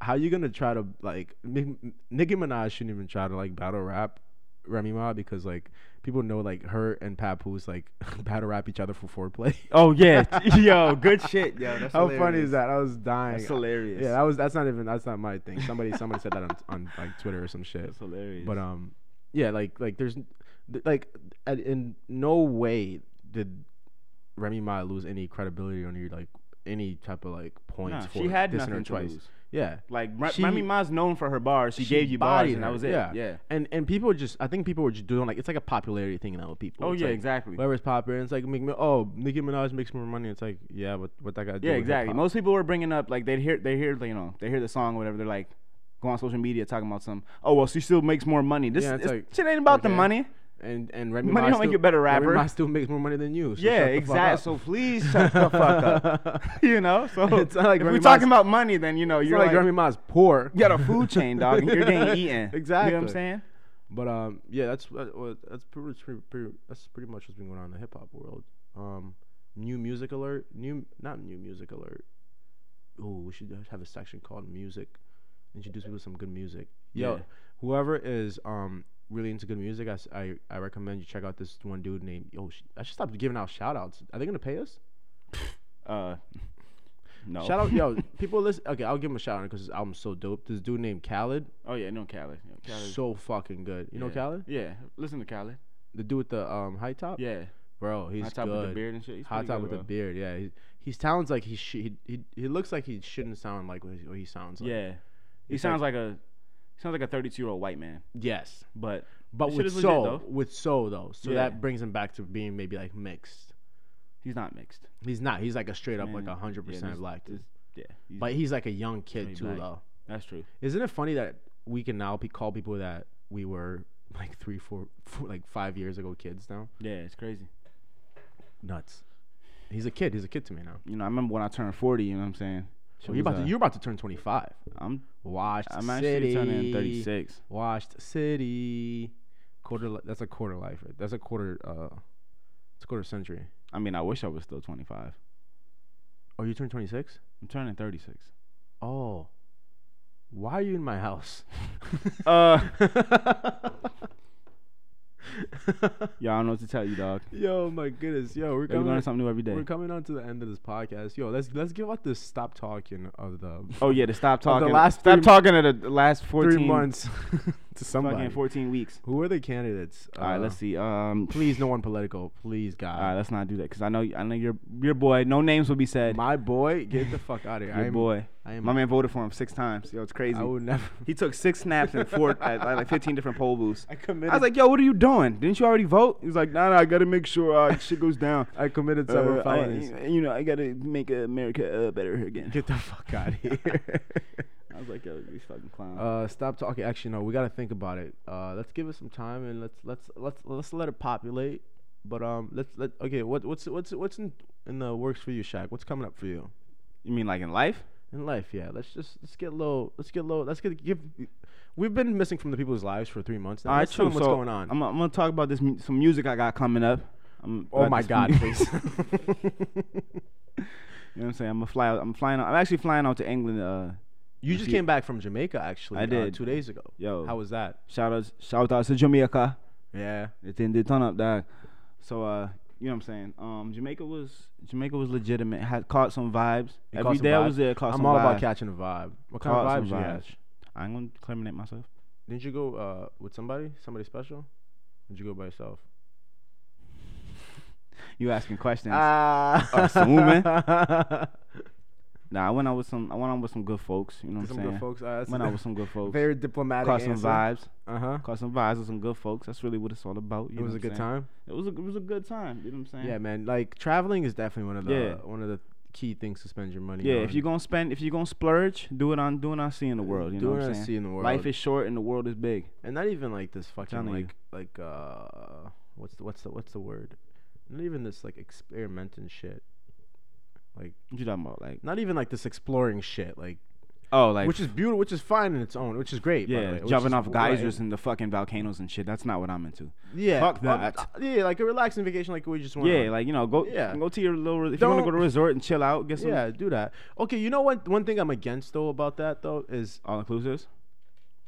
[SPEAKER 1] how you gonna try to like Nick, Nicki Minaj shouldn't even try to like battle rap Remy Ma because like people know like her and Pat Poose like battle rap each other for foreplay.
[SPEAKER 2] Oh yeah, yo, good shit, yo. That's
[SPEAKER 1] How funny is that? I was dying.
[SPEAKER 2] That's hilarious.
[SPEAKER 1] Yeah, that was that's not even that's not my thing. Somebody somebody said that on, on like Twitter or some shit.
[SPEAKER 2] That's hilarious.
[SPEAKER 1] But um, yeah, like like there's n- th- like at, in no way did Remy Ma lose any credibility or any like any type of like points
[SPEAKER 2] Nah,
[SPEAKER 1] for
[SPEAKER 2] she had
[SPEAKER 1] dissing her
[SPEAKER 2] nothing to
[SPEAKER 1] twice.
[SPEAKER 2] lose.
[SPEAKER 1] Yeah,
[SPEAKER 2] Like Re-
[SPEAKER 1] She-
[SPEAKER 2] Remy Ma's known for her bars. She,
[SPEAKER 1] she
[SPEAKER 2] gave you bars,
[SPEAKER 1] bodied
[SPEAKER 2] and
[SPEAKER 1] her,
[SPEAKER 2] that was it.
[SPEAKER 1] Yeah,
[SPEAKER 2] yeah.
[SPEAKER 1] And and people just I think people were just doing like it's like a popularity thing now with people.
[SPEAKER 2] Oh
[SPEAKER 1] It's
[SPEAKER 2] yeah,
[SPEAKER 1] like,
[SPEAKER 2] exactly.
[SPEAKER 1] Whoever's popular, and it's like make me, oh Nicki Minaj makes more money. It's like yeah, but what that guy do?
[SPEAKER 2] yeah,
[SPEAKER 1] with
[SPEAKER 2] exactly.
[SPEAKER 1] hip-hop?
[SPEAKER 2] Most people were bringing up like they'd hear they hear like, you know they hear the song or whatever. They're like go on social media talking about some. Oh well, she still makes more money. This
[SPEAKER 1] Yeah,
[SPEAKER 2] yeah,
[SPEAKER 1] it's like,
[SPEAKER 2] shit ain't about the
[SPEAKER 1] okay.
[SPEAKER 2] money.
[SPEAKER 1] And and Remy
[SPEAKER 2] Money
[SPEAKER 1] Ma
[SPEAKER 2] don't make
[SPEAKER 1] still-
[SPEAKER 2] you a better rapper.
[SPEAKER 1] Remy Ma still makes more money than you. So
[SPEAKER 2] yeah,
[SPEAKER 1] shut the fuck up.
[SPEAKER 2] exactly. So please shut the fuck up. You know. So
[SPEAKER 1] It's not like Remy
[SPEAKER 2] if we're
[SPEAKER 1] Ma's-
[SPEAKER 2] talking about money, then you know
[SPEAKER 1] It's
[SPEAKER 2] you're
[SPEAKER 1] not like,
[SPEAKER 2] like,
[SPEAKER 1] Remy Ma's poor.
[SPEAKER 2] you got a food chain, dog, and you're getting eaten. You know what
[SPEAKER 1] Exactly.
[SPEAKER 2] I'm saying?
[SPEAKER 1] But um, yeah, that's that, wa- that's pretty, much- pretty, pretty that's pretty much what's been going on in the hip hop world. Um, new music alert, new not new music alert. Ooh, we should have a section called music. Introduce people to some good music. Yo,
[SPEAKER 2] Yeah.
[SPEAKER 1] whoever is um really into good music, I, s- I- I recommend you check out this one dude named Yo. Sh- I should stop giving out shout outs. Are they gonna pay us?
[SPEAKER 2] Uh, no.
[SPEAKER 1] Shout out, yo, people listen. Okay, I'll give him a shout out because his album's so dope. This dude named Khaled,
[SPEAKER 2] Oh yeah, no Khaled. No, Khaled.
[SPEAKER 1] so fucking good. You know
[SPEAKER 2] yeah.
[SPEAKER 1] Khaled,
[SPEAKER 2] Yeah, listen to Khaled.
[SPEAKER 1] the dude with the um high top.
[SPEAKER 2] Yeah,
[SPEAKER 1] bro, he's
[SPEAKER 2] hot top
[SPEAKER 1] good.
[SPEAKER 2] with the beard and shit. He's
[SPEAKER 1] Hot
[SPEAKER 2] pretty
[SPEAKER 1] top
[SPEAKER 2] good,
[SPEAKER 1] with
[SPEAKER 2] bro.
[SPEAKER 1] a beard. Yeah, he, he sounds like he, sh- he he he looks like he shouldn't sound like what he, what he sounds like.
[SPEAKER 2] Yeah, he
[SPEAKER 1] It's like-
[SPEAKER 2] sounds like, a he sounds like a 32 year old white man,
[SPEAKER 1] Yes,
[SPEAKER 2] but
[SPEAKER 1] but
[SPEAKER 2] This shit
[SPEAKER 1] with
[SPEAKER 2] is legit,
[SPEAKER 1] soul,
[SPEAKER 2] though.
[SPEAKER 1] with soul though, so
[SPEAKER 2] Yeah.
[SPEAKER 1] that brings him back to being maybe like mixed.
[SPEAKER 2] he's not mixed.
[SPEAKER 1] He's not. He's like a straight up like
[SPEAKER 2] Man,
[SPEAKER 1] like hundred
[SPEAKER 2] yeah,
[SPEAKER 1] percent
[SPEAKER 2] this-
[SPEAKER 1] black,
[SPEAKER 2] this- Yeah, he's-
[SPEAKER 1] but he's like a young kid
[SPEAKER 2] Straight
[SPEAKER 1] too
[SPEAKER 2] black.
[SPEAKER 1] though.
[SPEAKER 2] that's true.
[SPEAKER 1] Isn't it funny that we can now be call people that we were like three, four, four like five years ago kids now?
[SPEAKER 2] Yeah, it's crazy.
[SPEAKER 1] Nuts. He's a kid. He's a kid to me now.
[SPEAKER 2] You know, I remember when I turned 40. You know what I'm saying? uh,
[SPEAKER 1] Well, you about to, you're about to turn 25.
[SPEAKER 2] I'm
[SPEAKER 1] Washed
[SPEAKER 2] I'm
[SPEAKER 1] City.
[SPEAKER 2] actually turning 36.
[SPEAKER 1] Washed City. Quarter. Li- that's a quarter life. Right? That's a quarter. Uh, it's a quarter century.
[SPEAKER 2] I mean, I wish I was still 25.
[SPEAKER 1] Oh, you turned 26.
[SPEAKER 2] I'm turning 36.
[SPEAKER 1] Oh, why are you in my house?
[SPEAKER 2] Uh, y'all don't know what to tell you, dog.
[SPEAKER 1] yo, my goodness, yo, we're
[SPEAKER 2] You
[SPEAKER 1] coming.
[SPEAKER 2] learn something new every
[SPEAKER 1] we're
[SPEAKER 2] day.
[SPEAKER 1] coming on to the end of this podcast. Yo, let's let's give out the stop talking of the
[SPEAKER 2] Oh yeah, to stop
[SPEAKER 1] Of the
[SPEAKER 2] talking.
[SPEAKER 1] last
[SPEAKER 2] stop
[SPEAKER 1] three-
[SPEAKER 2] talking to the last 14
[SPEAKER 1] three months to
[SPEAKER 2] Fucking
[SPEAKER 1] somebody.
[SPEAKER 2] 14 weeks.
[SPEAKER 1] Who are the candidates?
[SPEAKER 2] All right,
[SPEAKER 1] Uh,
[SPEAKER 2] let's see. Um,
[SPEAKER 1] Please, no one political. Please, God.
[SPEAKER 2] All right, let's not do that because I know I know your your boy. No names will be said.
[SPEAKER 1] My boy, get the fuck out of here.
[SPEAKER 2] your
[SPEAKER 1] I'm,
[SPEAKER 2] boy.
[SPEAKER 1] I am.
[SPEAKER 2] My man voted for him six times. Yo, it's crazy.
[SPEAKER 1] I would never.
[SPEAKER 2] He took six snaps and four at, at like 15 different poll booths.
[SPEAKER 1] I committed.
[SPEAKER 2] I was like, yo, what are you doing? Didn't you already vote? He was like, nah, nah, I gotta make sure uh, shit goes down.
[SPEAKER 1] I committed several
[SPEAKER 2] Uh, I-
[SPEAKER 1] felonies.
[SPEAKER 2] you know, I gotta make America uh, better again.
[SPEAKER 1] Get the fuck out of here.
[SPEAKER 2] I was like, yo, these fucking clowns.
[SPEAKER 1] uh, stop talking. Actually, no, we gotta think about it. Uh, let's give it some time and let's let's let's let's let it populate. But um, let's let okay. What what's what's what's in in the works for you, Shaq? What's coming up for you
[SPEAKER 2] you mean like in life?
[SPEAKER 1] in life? Yeah, let's just let's get low. Let's get low. Let's get give. We've been missing from the people's lives for three months now.
[SPEAKER 2] All right,
[SPEAKER 1] let's tell them
[SPEAKER 2] true.
[SPEAKER 1] what's
[SPEAKER 2] So,
[SPEAKER 1] going on.
[SPEAKER 2] I'm, I'm gonna talk about this mu- some music I got coming up. I'm
[SPEAKER 1] oh
[SPEAKER 2] about
[SPEAKER 1] my
[SPEAKER 2] this-
[SPEAKER 1] God, please.
[SPEAKER 2] You know what I'm saying? I'm gonna fly out. I'm flying out. I'm actually flying out to England. Uh,
[SPEAKER 1] you just
[SPEAKER 2] you-
[SPEAKER 1] came back from Jamaica, actually.
[SPEAKER 2] I
[SPEAKER 1] uh,
[SPEAKER 2] did.
[SPEAKER 1] two days ago.
[SPEAKER 2] yo,
[SPEAKER 1] How was that?
[SPEAKER 2] shout outs, shout outs to Jamaica.
[SPEAKER 1] Yeah.
[SPEAKER 2] It didn't did turn up, dog. So uh, you know what I'm saying? Um, Jamaica was Jamaica was legitimate. Had caught some vibes.
[SPEAKER 1] It caught
[SPEAKER 2] Every
[SPEAKER 1] some
[SPEAKER 2] day I
[SPEAKER 1] vibes?
[SPEAKER 2] was there, it caught
[SPEAKER 1] I'm
[SPEAKER 2] some
[SPEAKER 1] all
[SPEAKER 2] vibes.
[SPEAKER 1] about catching a vibe. What kind
[SPEAKER 2] Caught
[SPEAKER 1] of vibes
[SPEAKER 2] some
[SPEAKER 1] you
[SPEAKER 2] vibes.
[SPEAKER 1] catch?
[SPEAKER 2] I ain't gonna criminate myself.
[SPEAKER 1] Didn't you go uh, with somebody? Somebody special? Or Did you go by yourself?
[SPEAKER 2] You asking questions?
[SPEAKER 1] Ah,
[SPEAKER 2] Oh, Assuming. nah, I went out with some. I went out with some good folks. You know what I'm
[SPEAKER 1] some
[SPEAKER 2] saying?
[SPEAKER 1] good folks. Uh, that's
[SPEAKER 2] Went out with some good folks.
[SPEAKER 1] very diplomatic.
[SPEAKER 2] caught some vibes.
[SPEAKER 1] Uh huh.
[SPEAKER 2] Caught some vibes with some good folks. That's really what it's all about. You
[SPEAKER 1] It
[SPEAKER 2] know
[SPEAKER 1] was
[SPEAKER 2] what
[SPEAKER 1] a
[SPEAKER 2] I'm
[SPEAKER 1] good
[SPEAKER 2] saying?
[SPEAKER 1] time.
[SPEAKER 2] It was a, it was a good time. You know what I'm saying?
[SPEAKER 1] Yeah, man. Like traveling is definitely one of the
[SPEAKER 2] Yeah.
[SPEAKER 1] one of the key things to spend your money.
[SPEAKER 2] Yeah,
[SPEAKER 1] on.
[SPEAKER 2] if you're gonna spend, if you're gonna splurge, do it on doing on seeing the world. You
[SPEAKER 1] Uh, do
[SPEAKER 2] know what
[SPEAKER 1] it
[SPEAKER 2] I'm
[SPEAKER 1] and
[SPEAKER 2] saying?
[SPEAKER 1] see in the world.
[SPEAKER 2] Life is short and the world is big.
[SPEAKER 1] and not even like this fucking
[SPEAKER 2] telling you.
[SPEAKER 1] like like uh what's the, what's the what's the word? Not even this like experimenting shit.
[SPEAKER 2] What you talking about? Like
[SPEAKER 1] Not even like this exploring shit. Like
[SPEAKER 2] oh, like
[SPEAKER 1] which is beautiful, which is fine in its own, which is great. by the
[SPEAKER 2] yeah,
[SPEAKER 1] way, which
[SPEAKER 2] jumping
[SPEAKER 1] is
[SPEAKER 2] off
[SPEAKER 1] wh-
[SPEAKER 2] geysers and the fucking volcanoes and shit. That's not what I'm into.
[SPEAKER 1] Yeah,
[SPEAKER 2] Fuck
[SPEAKER 1] well,
[SPEAKER 2] that.
[SPEAKER 1] uh, yeah, like a relaxing vacation, like we just want.
[SPEAKER 2] Yeah, like you know, go
[SPEAKER 1] Yeah.
[SPEAKER 2] go to your little. If you want to
[SPEAKER 1] Don't-
[SPEAKER 2] go to a resort and chill out, get some
[SPEAKER 1] yeah, do that. Okay, you know what? One thing I'm against though about that though is
[SPEAKER 2] all inclusives.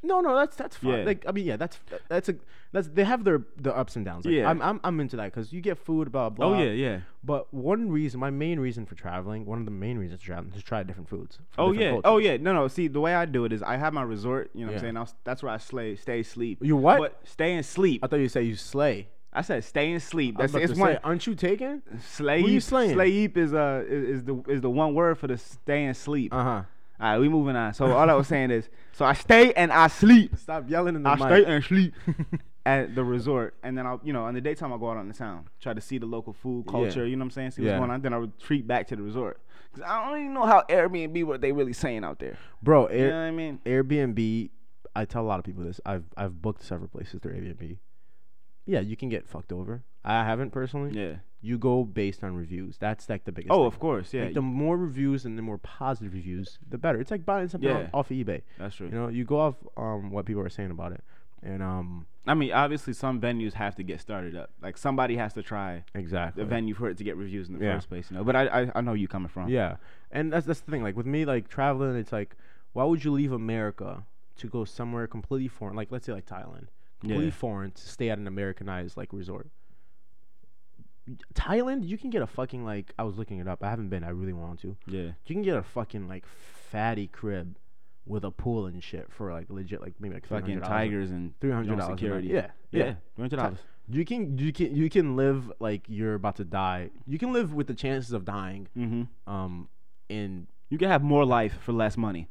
[SPEAKER 1] no, no, that's that's fine.
[SPEAKER 2] Yeah.
[SPEAKER 1] Like I mean, yeah, that's that's a that's they have their the ups and downs. Like,
[SPEAKER 2] Yeah.
[SPEAKER 1] I'm I'm I'm into that because you get food, blah blah.
[SPEAKER 2] oh yeah, yeah.
[SPEAKER 1] But one reason, my main reason for traveling, one of the main reasons for traveling, is to try different foods. from
[SPEAKER 2] Oh yeah,
[SPEAKER 1] different
[SPEAKER 2] oh
[SPEAKER 1] cultures.
[SPEAKER 2] yeah. No, no. See, the way I do it is I have my resort. You know what
[SPEAKER 1] Yeah.
[SPEAKER 2] I'm saying? I'll, that's where I slay, stay sleep.
[SPEAKER 1] You what?
[SPEAKER 2] But stay and sleep.
[SPEAKER 1] I thought you say you slay.
[SPEAKER 2] I said stay and sleep.
[SPEAKER 1] I was
[SPEAKER 2] Oh. That's
[SPEAKER 1] about
[SPEAKER 2] it's
[SPEAKER 1] to
[SPEAKER 2] one.
[SPEAKER 1] say, aren't you taking?
[SPEAKER 2] Slay
[SPEAKER 1] Who you
[SPEAKER 2] Eep-
[SPEAKER 1] slaying?
[SPEAKER 2] Slay Eep is uh is, is the is the one word for the stay and sleep.
[SPEAKER 1] Uh huh.
[SPEAKER 2] All right, we moving on. So all I was saying is, so I stay and I sleep.
[SPEAKER 1] Stop yelling in the
[SPEAKER 2] I
[SPEAKER 1] mic.
[SPEAKER 2] stay and sleep at the resort, and then I'll you know in the daytime I'll go out on the town, try to see the local food culture. You know what I'm saying? See what's
[SPEAKER 1] Yeah.
[SPEAKER 2] going on. Then I retreat back to the resort. 'Cause I don't even know how Airbnb what they really saying out there.
[SPEAKER 1] Bro,
[SPEAKER 2] You
[SPEAKER 1] air,
[SPEAKER 2] know what I mean?
[SPEAKER 1] Airbnb. I tell a lot of people this. I've I've booked several places through Airbnb. Yeah, you can get fucked over. I haven't personally.
[SPEAKER 2] Yeah.
[SPEAKER 1] You go based on reviews. That's like the biggest.
[SPEAKER 2] Oh,
[SPEAKER 1] thing.
[SPEAKER 2] of course. Yeah.
[SPEAKER 1] Like, the more reviews and the more positive reviews, the better. It's like buying something
[SPEAKER 2] Yeah.
[SPEAKER 1] off, off of eBay.
[SPEAKER 2] that's true.
[SPEAKER 1] You know, you go off um what people are saying about it, and um
[SPEAKER 2] I mean, obviously some venues have to get started up. Like somebody has to try
[SPEAKER 1] exactly.
[SPEAKER 2] the venue for it to get reviews in the
[SPEAKER 1] Yeah.
[SPEAKER 2] first place. You know. But I I, I know you coming from.
[SPEAKER 1] Yeah, and that's that's the thing. Like with me, like traveling, it's like, why would you leave America to go somewhere completely foreign? Like let's say like Thailand, completely
[SPEAKER 2] Yeah.
[SPEAKER 1] foreign to stay at an Americanized like resort. Thailand, you can get a fucking like I was looking it up. I haven't been. I really want to.
[SPEAKER 2] Yeah.
[SPEAKER 1] You can get a fucking like fatty crib with a pool and shit for like legit like maybe like
[SPEAKER 2] fucking
[SPEAKER 1] $300.
[SPEAKER 2] tigers and
[SPEAKER 1] Three hundred
[SPEAKER 2] no
[SPEAKER 1] dollars.
[SPEAKER 2] security.
[SPEAKER 1] Yeah,
[SPEAKER 2] yeah,
[SPEAKER 1] yeah.
[SPEAKER 2] three hundred dollars.
[SPEAKER 1] You can you can you can live like you're about to die. You can live with the chances of dying.
[SPEAKER 2] Mm-hmm.
[SPEAKER 1] Um, in
[SPEAKER 2] You can have more life for less money.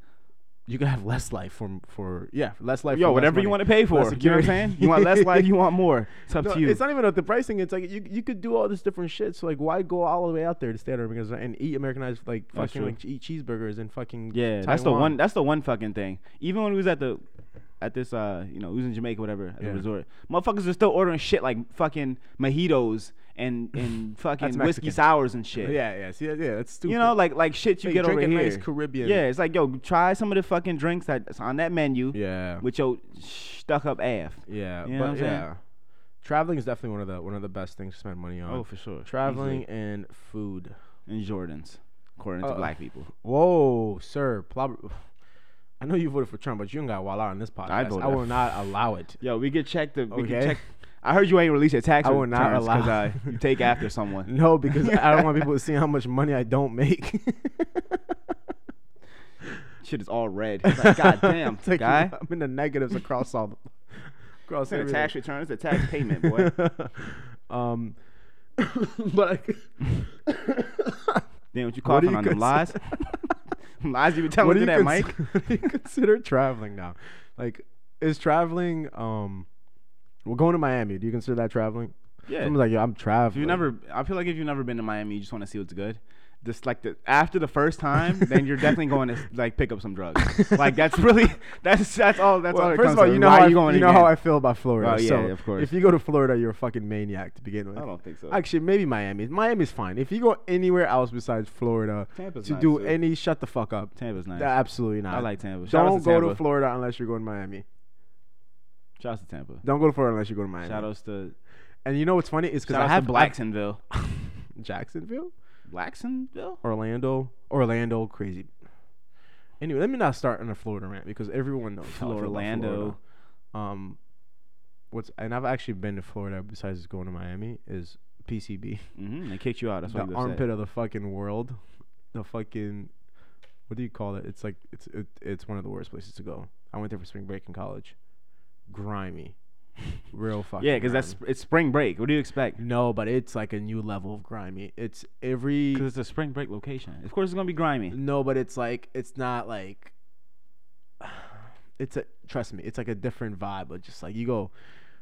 [SPEAKER 1] you can have less life for for yeah for less life.
[SPEAKER 2] Yo,
[SPEAKER 1] for
[SPEAKER 2] whatever you want to pay for.
[SPEAKER 1] Less
[SPEAKER 2] You know what I'm
[SPEAKER 1] security.
[SPEAKER 2] saying? You want less life, you want more. It's up
[SPEAKER 1] No,
[SPEAKER 2] to you.
[SPEAKER 1] it's not even about the pricing. It's like you you could do all this different shit. So like, why go all the way out there to stay at American and eat Americanized like
[SPEAKER 2] That's
[SPEAKER 1] fucking
[SPEAKER 2] true.
[SPEAKER 1] like eat cheeseburgers and fucking
[SPEAKER 2] yeah, that's the
[SPEAKER 1] Taiwan.
[SPEAKER 2] one. That's the one fucking thing. Even when we was at the, at this, uh, you know, we was in Jamaica, whatever, at
[SPEAKER 1] Yeah.
[SPEAKER 2] the resort. Motherfuckers are still ordering shit like fucking mojitos and and fucking
[SPEAKER 1] Mexican.
[SPEAKER 2] whiskey sours and shit.
[SPEAKER 1] Yeah, yeah, see, yeah, that's stupid.
[SPEAKER 2] You know, like like shit you
[SPEAKER 1] Hey,
[SPEAKER 2] get
[SPEAKER 1] drink
[SPEAKER 2] over
[SPEAKER 1] a
[SPEAKER 2] here.
[SPEAKER 1] nice Caribbean.
[SPEAKER 2] Yeah, it's like yo, try some of the fucking drinks that's on that menu
[SPEAKER 1] yeah,
[SPEAKER 2] with your stuck up ass.
[SPEAKER 1] yeah,
[SPEAKER 2] You know what I'm
[SPEAKER 1] but
[SPEAKER 2] saying?
[SPEAKER 1] yeah, traveling is definitely one of the one of the best things to spend money on.
[SPEAKER 2] Oh, for sure.
[SPEAKER 1] traveling and food.
[SPEAKER 2] and Jordans, according to
[SPEAKER 1] Uh,
[SPEAKER 2] black people.
[SPEAKER 1] Whoa, sir, plob- I know you voted for Trump, but you don't got voila on this podcast. I,
[SPEAKER 2] voted.
[SPEAKER 1] will not allow it.
[SPEAKER 2] Yo, we could check the. We could
[SPEAKER 1] Okay.
[SPEAKER 2] check. I heard you ain't released your tax
[SPEAKER 1] I will
[SPEAKER 2] returns
[SPEAKER 1] not allow-
[SPEAKER 2] 'cause, uh, you take after someone.
[SPEAKER 1] No, because I don't want people to see how much money I don't make.
[SPEAKER 2] Shit is all red. It's like, God damn,
[SPEAKER 1] It's like
[SPEAKER 2] guy.
[SPEAKER 1] I'm in the negatives across all the across
[SPEAKER 2] It's a
[SPEAKER 1] everything.
[SPEAKER 2] tax return. It's a tax payment, boy.
[SPEAKER 1] um, but I,
[SPEAKER 2] Damn, what you
[SPEAKER 1] What do
[SPEAKER 2] coughing
[SPEAKER 1] you
[SPEAKER 2] on them
[SPEAKER 1] consider-
[SPEAKER 2] lies? Them lies you been telling
[SPEAKER 1] what
[SPEAKER 2] me
[SPEAKER 1] do
[SPEAKER 2] to
[SPEAKER 1] you
[SPEAKER 2] that, Mike?
[SPEAKER 1] cons- what do you consider traveling now? Like, is traveling? Um, we're going to Miami. Do you consider that traveling?
[SPEAKER 2] Yeah.
[SPEAKER 1] Someone's like, yeah, I'm
[SPEAKER 2] If
[SPEAKER 1] traveling.
[SPEAKER 2] you never, I feel like if you've never been to Miami, you just want to see what's good. Just like the after the first time, then you're definitely going to like pick up some drugs. like that's really that's that's all that's all.
[SPEAKER 1] Well,
[SPEAKER 2] it
[SPEAKER 1] first
[SPEAKER 2] comes
[SPEAKER 1] of all,
[SPEAKER 2] to.
[SPEAKER 1] you know
[SPEAKER 2] Why
[SPEAKER 1] how
[SPEAKER 2] you
[SPEAKER 1] I,
[SPEAKER 2] going
[SPEAKER 1] you know
[SPEAKER 2] again?
[SPEAKER 1] how I feel about Florida.
[SPEAKER 2] Well, yeah,
[SPEAKER 1] so
[SPEAKER 2] of course.
[SPEAKER 1] If you go to Florida, you're a fucking maniac to begin with.
[SPEAKER 2] I don't think so.
[SPEAKER 1] Actually, maybe Miami. Miami's fine. If you go anywhere else besides Florida
[SPEAKER 2] Tampa's
[SPEAKER 1] to
[SPEAKER 2] nice,
[SPEAKER 1] do
[SPEAKER 2] too.
[SPEAKER 1] any, shut the fuck up.
[SPEAKER 2] Tampa's nice.
[SPEAKER 1] Uh, Absolutely not.
[SPEAKER 2] I like Tampa. Shout
[SPEAKER 1] Don't
[SPEAKER 2] outs to
[SPEAKER 1] go to
[SPEAKER 2] Tampa.
[SPEAKER 1] Florida unless you're going to Miami.
[SPEAKER 2] Shouts to Tampa.
[SPEAKER 1] Don't go to Florida unless you go to Miami.
[SPEAKER 2] Shout outs to
[SPEAKER 1] And you know what's funny is because
[SPEAKER 2] shout
[SPEAKER 1] I
[SPEAKER 2] outs
[SPEAKER 1] have
[SPEAKER 2] to Blacksonville.
[SPEAKER 1] Jacksonville,
[SPEAKER 2] Blacksonville?
[SPEAKER 1] Orlando, Orlando, crazy. Anyway, let me not start on a Florida rant because everyone knows how I feel about
[SPEAKER 2] Florlando.
[SPEAKER 1] Florida. Um, what's and I've actually been to Florida besides going to Miami is PCB,
[SPEAKER 2] Mm-hmm. They kicked you out. That's
[SPEAKER 1] the
[SPEAKER 2] what you
[SPEAKER 1] armpit
[SPEAKER 2] said.
[SPEAKER 1] of the fucking world, the fucking what do you call it? It's like it's it, it's one of the worst places to go. I went there for spring break in college. Grimy, real fucking.
[SPEAKER 2] Yeah, because that's
[SPEAKER 1] grimy.
[SPEAKER 2] it's spring break. What do you expect?
[SPEAKER 1] No, but it's like a new level of grimy. It's every
[SPEAKER 2] Because it's a spring break location. Of course, it's gonna be grimy.
[SPEAKER 1] no, but it's like it's not like it's a trust me, it's like a different vibe. But just like you go,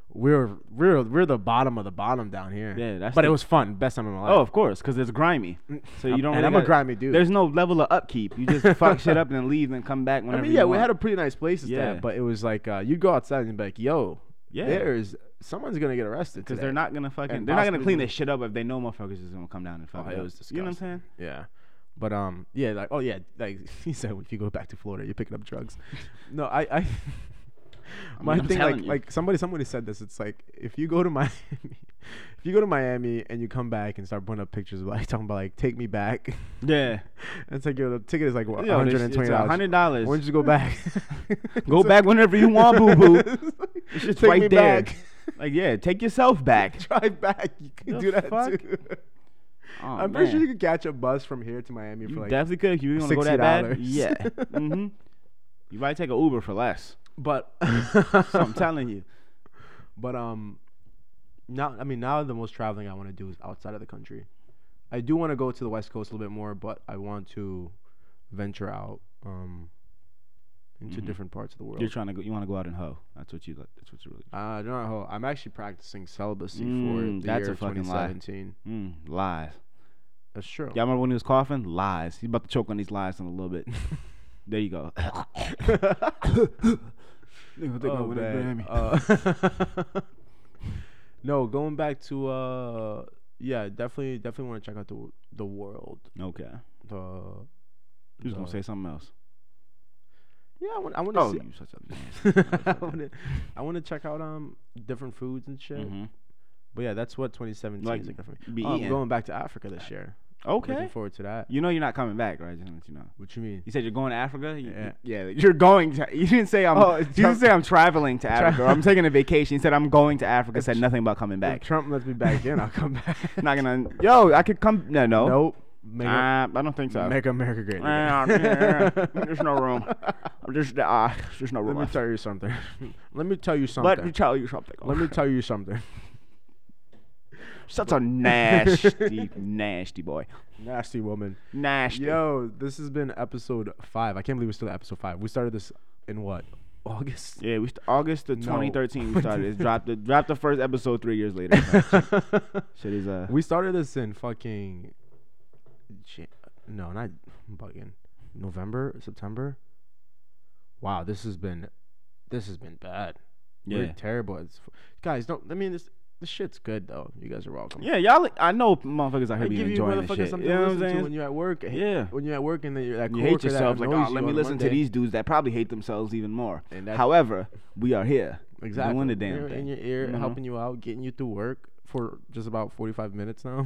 [SPEAKER 1] we're we're we're the bottom of the bottom down here.
[SPEAKER 2] Yeah, that's
[SPEAKER 1] but it
[SPEAKER 2] the-
[SPEAKER 1] was fun, best time of my
[SPEAKER 2] Oh,
[SPEAKER 1] life.
[SPEAKER 2] of course, because it's grimy. So you don't.
[SPEAKER 1] and
[SPEAKER 2] really
[SPEAKER 1] I'm a
[SPEAKER 2] gotta-
[SPEAKER 1] grimy dude.
[SPEAKER 2] There's no level of upkeep. You just fuck shit up and then leave and come back
[SPEAKER 1] I
[SPEAKER 2] whenever.
[SPEAKER 1] mean,
[SPEAKER 2] you
[SPEAKER 1] yeah, we
[SPEAKER 2] want.
[SPEAKER 1] had a pretty nice place to stay,
[SPEAKER 2] Yeah.
[SPEAKER 1] at, but it was like uh, you'd go outside and be like, yo,
[SPEAKER 2] Yeah.
[SPEAKER 1] there's someone's gonna get arrested
[SPEAKER 2] because
[SPEAKER 1] today.
[SPEAKER 2] they're not gonna fucking.
[SPEAKER 1] And
[SPEAKER 2] They're not gonna
[SPEAKER 1] possibly-
[SPEAKER 2] clean this shit up if they know motherfuckers is gonna come down and fuck
[SPEAKER 1] Oh,
[SPEAKER 2] it
[SPEAKER 1] it
[SPEAKER 2] up.
[SPEAKER 1] was
[SPEAKER 2] You know what I'm saying?
[SPEAKER 1] Yeah. But um, yeah, like oh yeah, like he said, if you go back to Florida, you're picking up drugs. no, I, I my
[SPEAKER 2] mean, I'm
[SPEAKER 1] thing
[SPEAKER 2] telling
[SPEAKER 1] like
[SPEAKER 2] you.
[SPEAKER 1] like somebody somebody said this. It's like if you go to Miami, if you go to Miami and you come back and start putting up pictures of like talking about like take me back,
[SPEAKER 2] Yeah.
[SPEAKER 1] it's like yo, the ticket is like what
[SPEAKER 2] Yo, this-
[SPEAKER 1] hundred
[SPEAKER 2] it's
[SPEAKER 1] and twenty dollars.
[SPEAKER 2] Hundred dollars.
[SPEAKER 1] Why don't you go back?
[SPEAKER 2] Go
[SPEAKER 1] It's
[SPEAKER 2] back whenever you want, boo
[SPEAKER 1] like-
[SPEAKER 2] boo. It's just
[SPEAKER 1] Take me
[SPEAKER 2] right there.
[SPEAKER 1] back.
[SPEAKER 2] Like, yeah, take yourself back.
[SPEAKER 1] Drive back. You can
[SPEAKER 2] The
[SPEAKER 1] do that
[SPEAKER 2] fuck?
[SPEAKER 1] too.
[SPEAKER 2] Oh,
[SPEAKER 1] I'm pretty sure
[SPEAKER 2] man.
[SPEAKER 1] you could catch a bus from here to Miami
[SPEAKER 2] You
[SPEAKER 1] for like
[SPEAKER 2] definitely could. If you want to go that
[SPEAKER 1] $60.
[SPEAKER 2] bad, yeah. hmm You might take an Uber for less.
[SPEAKER 1] But
[SPEAKER 2] So I'm telling you.
[SPEAKER 1] But um, now I mean now the most traveling I want to do is outside of the country. I do want to go to the West Coast a little bit more, but I want to venture out um into
[SPEAKER 2] Mhm.
[SPEAKER 1] different parts of the world.
[SPEAKER 2] You're trying to go. You want to go out and hoe. That's what you. like- That's what you really.
[SPEAKER 1] uh, I don't know. I'm actually practicing celibacy
[SPEAKER 2] Mm,
[SPEAKER 1] for the
[SPEAKER 2] that's
[SPEAKER 1] year
[SPEAKER 2] a
[SPEAKER 1] of
[SPEAKER 2] fucking lie.
[SPEAKER 1] 2017.
[SPEAKER 2] Mm, lies.
[SPEAKER 1] That's true.
[SPEAKER 2] Y'all remember when he was coughing? Lies. He's about to choke on these lies in a little bit. there you go.
[SPEAKER 1] Oh, man.
[SPEAKER 2] Oh.
[SPEAKER 1] Uh, no, going back to uh, yeah, definitely, definitely want to check out the the world.
[SPEAKER 2] okay.
[SPEAKER 1] The
[SPEAKER 2] You was gonna
[SPEAKER 1] Uh,
[SPEAKER 2] say something else.
[SPEAKER 1] yeah, I want, I want to
[SPEAKER 2] Oh,
[SPEAKER 1] see.
[SPEAKER 2] you such a
[SPEAKER 1] I want to, I want to check out um different foods and shit.
[SPEAKER 2] Mhm.
[SPEAKER 1] But yeah, that's what 2017
[SPEAKER 2] Like,
[SPEAKER 1] is looking for me.
[SPEAKER 2] Be
[SPEAKER 1] Oh, I'm
[SPEAKER 2] eating.
[SPEAKER 1] going back to Africa this year.
[SPEAKER 2] okay.
[SPEAKER 1] Looking forward to that.
[SPEAKER 2] You know you're not coming back, right? Just to let you know.
[SPEAKER 1] What you mean?
[SPEAKER 2] You said you're going to Africa. You-
[SPEAKER 1] Yeah.
[SPEAKER 2] yeah, you're going. To, you didn't say I'm.
[SPEAKER 1] Oh,
[SPEAKER 2] you
[SPEAKER 1] it's
[SPEAKER 2] didn't say I'm traveling to
[SPEAKER 1] Tra-
[SPEAKER 2] Africa. or I'm taking a vacation. You said I'm going to Africa. Said nothing about coming
[SPEAKER 1] If
[SPEAKER 2] back.
[SPEAKER 1] Trump lets me back in, I'll come back.
[SPEAKER 2] Not gonna. Yo, I could come. No, no.
[SPEAKER 1] Nope. Make,
[SPEAKER 2] Uh,
[SPEAKER 1] a-
[SPEAKER 2] I don't think so.
[SPEAKER 1] make America great.
[SPEAKER 2] Uh,
[SPEAKER 1] again.
[SPEAKER 2] there's no room. There's uh, there's no
[SPEAKER 1] Let
[SPEAKER 2] room.
[SPEAKER 1] me
[SPEAKER 2] left.
[SPEAKER 1] tell you something. Let me tell you something.
[SPEAKER 2] Let me tell you something.
[SPEAKER 1] Let me tell you something.
[SPEAKER 2] Such a nasty, nasty boy.
[SPEAKER 1] Nasty woman.
[SPEAKER 2] Nasty.
[SPEAKER 1] Yo, this has been episode five. I can't believe we're still at episode five. We started this in what? August?
[SPEAKER 2] Yeah, we st- August of
[SPEAKER 1] No.
[SPEAKER 2] 2013 we started. It's dropped the dropped the first episode three years later. Shit is uh.
[SPEAKER 1] We started this in fucking. Jan- No, not I'm bugging. November, September. Wow, this has been, this has been bad. We're
[SPEAKER 2] Yeah.
[SPEAKER 1] terrible. It's, guys, don't. I mean, this The shit's good though. You guys are welcome.
[SPEAKER 2] Yeah, y'all. I know motherfuckers out here
[SPEAKER 1] I
[SPEAKER 2] be
[SPEAKER 1] give you
[SPEAKER 2] enjoying this
[SPEAKER 1] motherfuckers
[SPEAKER 2] shit. You
[SPEAKER 1] something
[SPEAKER 2] know
[SPEAKER 1] to
[SPEAKER 2] what I'm
[SPEAKER 1] listen to when
[SPEAKER 2] saying?
[SPEAKER 1] you're at work. h-
[SPEAKER 2] Yeah.
[SPEAKER 1] When you're at work and then you're that
[SPEAKER 2] You hate
[SPEAKER 1] coworker that
[SPEAKER 2] yourself, like,
[SPEAKER 1] annoys
[SPEAKER 2] oh, let
[SPEAKER 1] you
[SPEAKER 2] me
[SPEAKER 1] on
[SPEAKER 2] listen to
[SPEAKER 1] Monday."
[SPEAKER 2] these dudes that probably hate themselves even more.
[SPEAKER 1] And that's-
[SPEAKER 2] However, we are here,
[SPEAKER 1] Exactly.
[SPEAKER 2] doing the damn
[SPEAKER 1] They're in
[SPEAKER 2] thing.
[SPEAKER 1] your ear,
[SPEAKER 2] Mhm.
[SPEAKER 1] helping you out, getting you through work for just about 45 minutes now.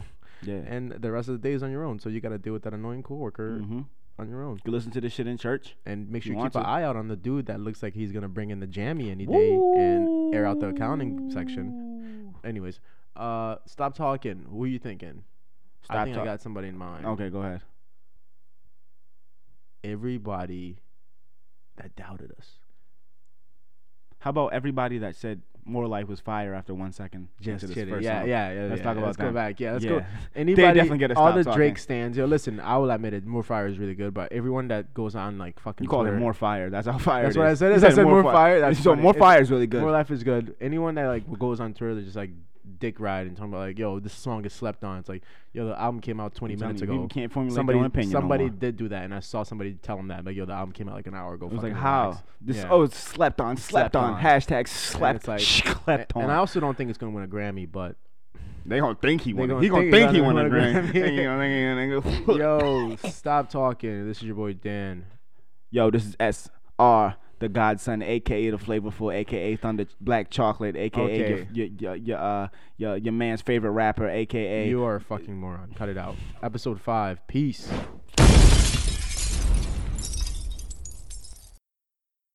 [SPEAKER 2] Yeah.
[SPEAKER 1] And the rest of the day is on your own. So you got to deal with that annoying coworker
[SPEAKER 2] Mhm.
[SPEAKER 1] on your own.
[SPEAKER 2] You listen to this shit in church.
[SPEAKER 1] And make sure you,
[SPEAKER 2] want
[SPEAKER 1] keep an
[SPEAKER 2] to.
[SPEAKER 1] eye out on the dude that looks like he's going to bring in the jammy any day and air out the accounting section. Anyways, uh, stop talking. Who are you thinking? I
[SPEAKER 2] Stop
[SPEAKER 1] think
[SPEAKER 2] talk-
[SPEAKER 1] I got somebody in mind.
[SPEAKER 2] Okay, go ahead.
[SPEAKER 1] Everybody that doubted us.
[SPEAKER 2] How about everybody that said more life was fire after one second? into this first
[SPEAKER 1] Yeah,
[SPEAKER 2] song?
[SPEAKER 1] yeah, yeah.
[SPEAKER 2] Let's
[SPEAKER 1] yeah,
[SPEAKER 2] talk
[SPEAKER 1] yeah.
[SPEAKER 2] about
[SPEAKER 1] Let's go
[SPEAKER 2] them.
[SPEAKER 1] back. Yeah, let's go.
[SPEAKER 2] Yeah.
[SPEAKER 1] Anybody,
[SPEAKER 2] definitely gotta
[SPEAKER 1] all
[SPEAKER 2] stop
[SPEAKER 1] the
[SPEAKER 2] talking.
[SPEAKER 1] Drake stands. Yo, listen, I will admit it. More Fire is really good, but everyone that goes on like fucking.
[SPEAKER 2] You called it
[SPEAKER 1] Twitter-
[SPEAKER 2] more fire. That's how fire.
[SPEAKER 1] That's
[SPEAKER 2] it
[SPEAKER 1] what I
[SPEAKER 2] is.
[SPEAKER 1] said,
[SPEAKER 2] You
[SPEAKER 1] is I said more fire, that's
[SPEAKER 2] so
[SPEAKER 1] funny.
[SPEAKER 2] more
[SPEAKER 1] It-
[SPEAKER 2] fire is really good.
[SPEAKER 1] More Life is good. Anyone that like goes on Twitter, they're just like dick ride and talking about like, yo, this song is slept on. It's like, yo, the album came out 20
[SPEAKER 2] I'm telling
[SPEAKER 1] minutes
[SPEAKER 2] you,
[SPEAKER 1] ago.
[SPEAKER 2] people can't formulate their
[SPEAKER 1] somebody,
[SPEAKER 2] own opinion no
[SPEAKER 1] somebody
[SPEAKER 2] more.
[SPEAKER 1] did do that, and I saw somebody tell them that, like, yo, the album came out like an hour ago.
[SPEAKER 2] It was like
[SPEAKER 1] fucking
[SPEAKER 2] how
[SPEAKER 1] relax.
[SPEAKER 2] this
[SPEAKER 1] Yeah.
[SPEAKER 2] oh it's slept on slept,
[SPEAKER 1] Slept
[SPEAKER 2] on.
[SPEAKER 1] on.
[SPEAKER 2] hashtag slept
[SPEAKER 1] it's like-
[SPEAKER 2] slept
[SPEAKER 1] A-
[SPEAKER 2] on.
[SPEAKER 1] And I also don't think it's gonna win a Grammy, but
[SPEAKER 2] they gonna think he won. it.
[SPEAKER 1] gonna
[SPEAKER 2] He gonna
[SPEAKER 1] think
[SPEAKER 2] think he
[SPEAKER 1] he
[SPEAKER 2] won a
[SPEAKER 1] won a
[SPEAKER 2] Grammy.
[SPEAKER 1] Grammy.
[SPEAKER 2] They gonna think he won a Grammy.
[SPEAKER 1] yo, stop talking. This is your boy Dan.
[SPEAKER 2] Yo, this is S R the Godson, aka the Flavorful, aka Thunder Black Chocolate, aka
[SPEAKER 1] Okay.
[SPEAKER 2] your, your, your, your, uh, your your man's favorite rapper, aka
[SPEAKER 1] You are a fucking moron. Cut it out. Episode five. Peace.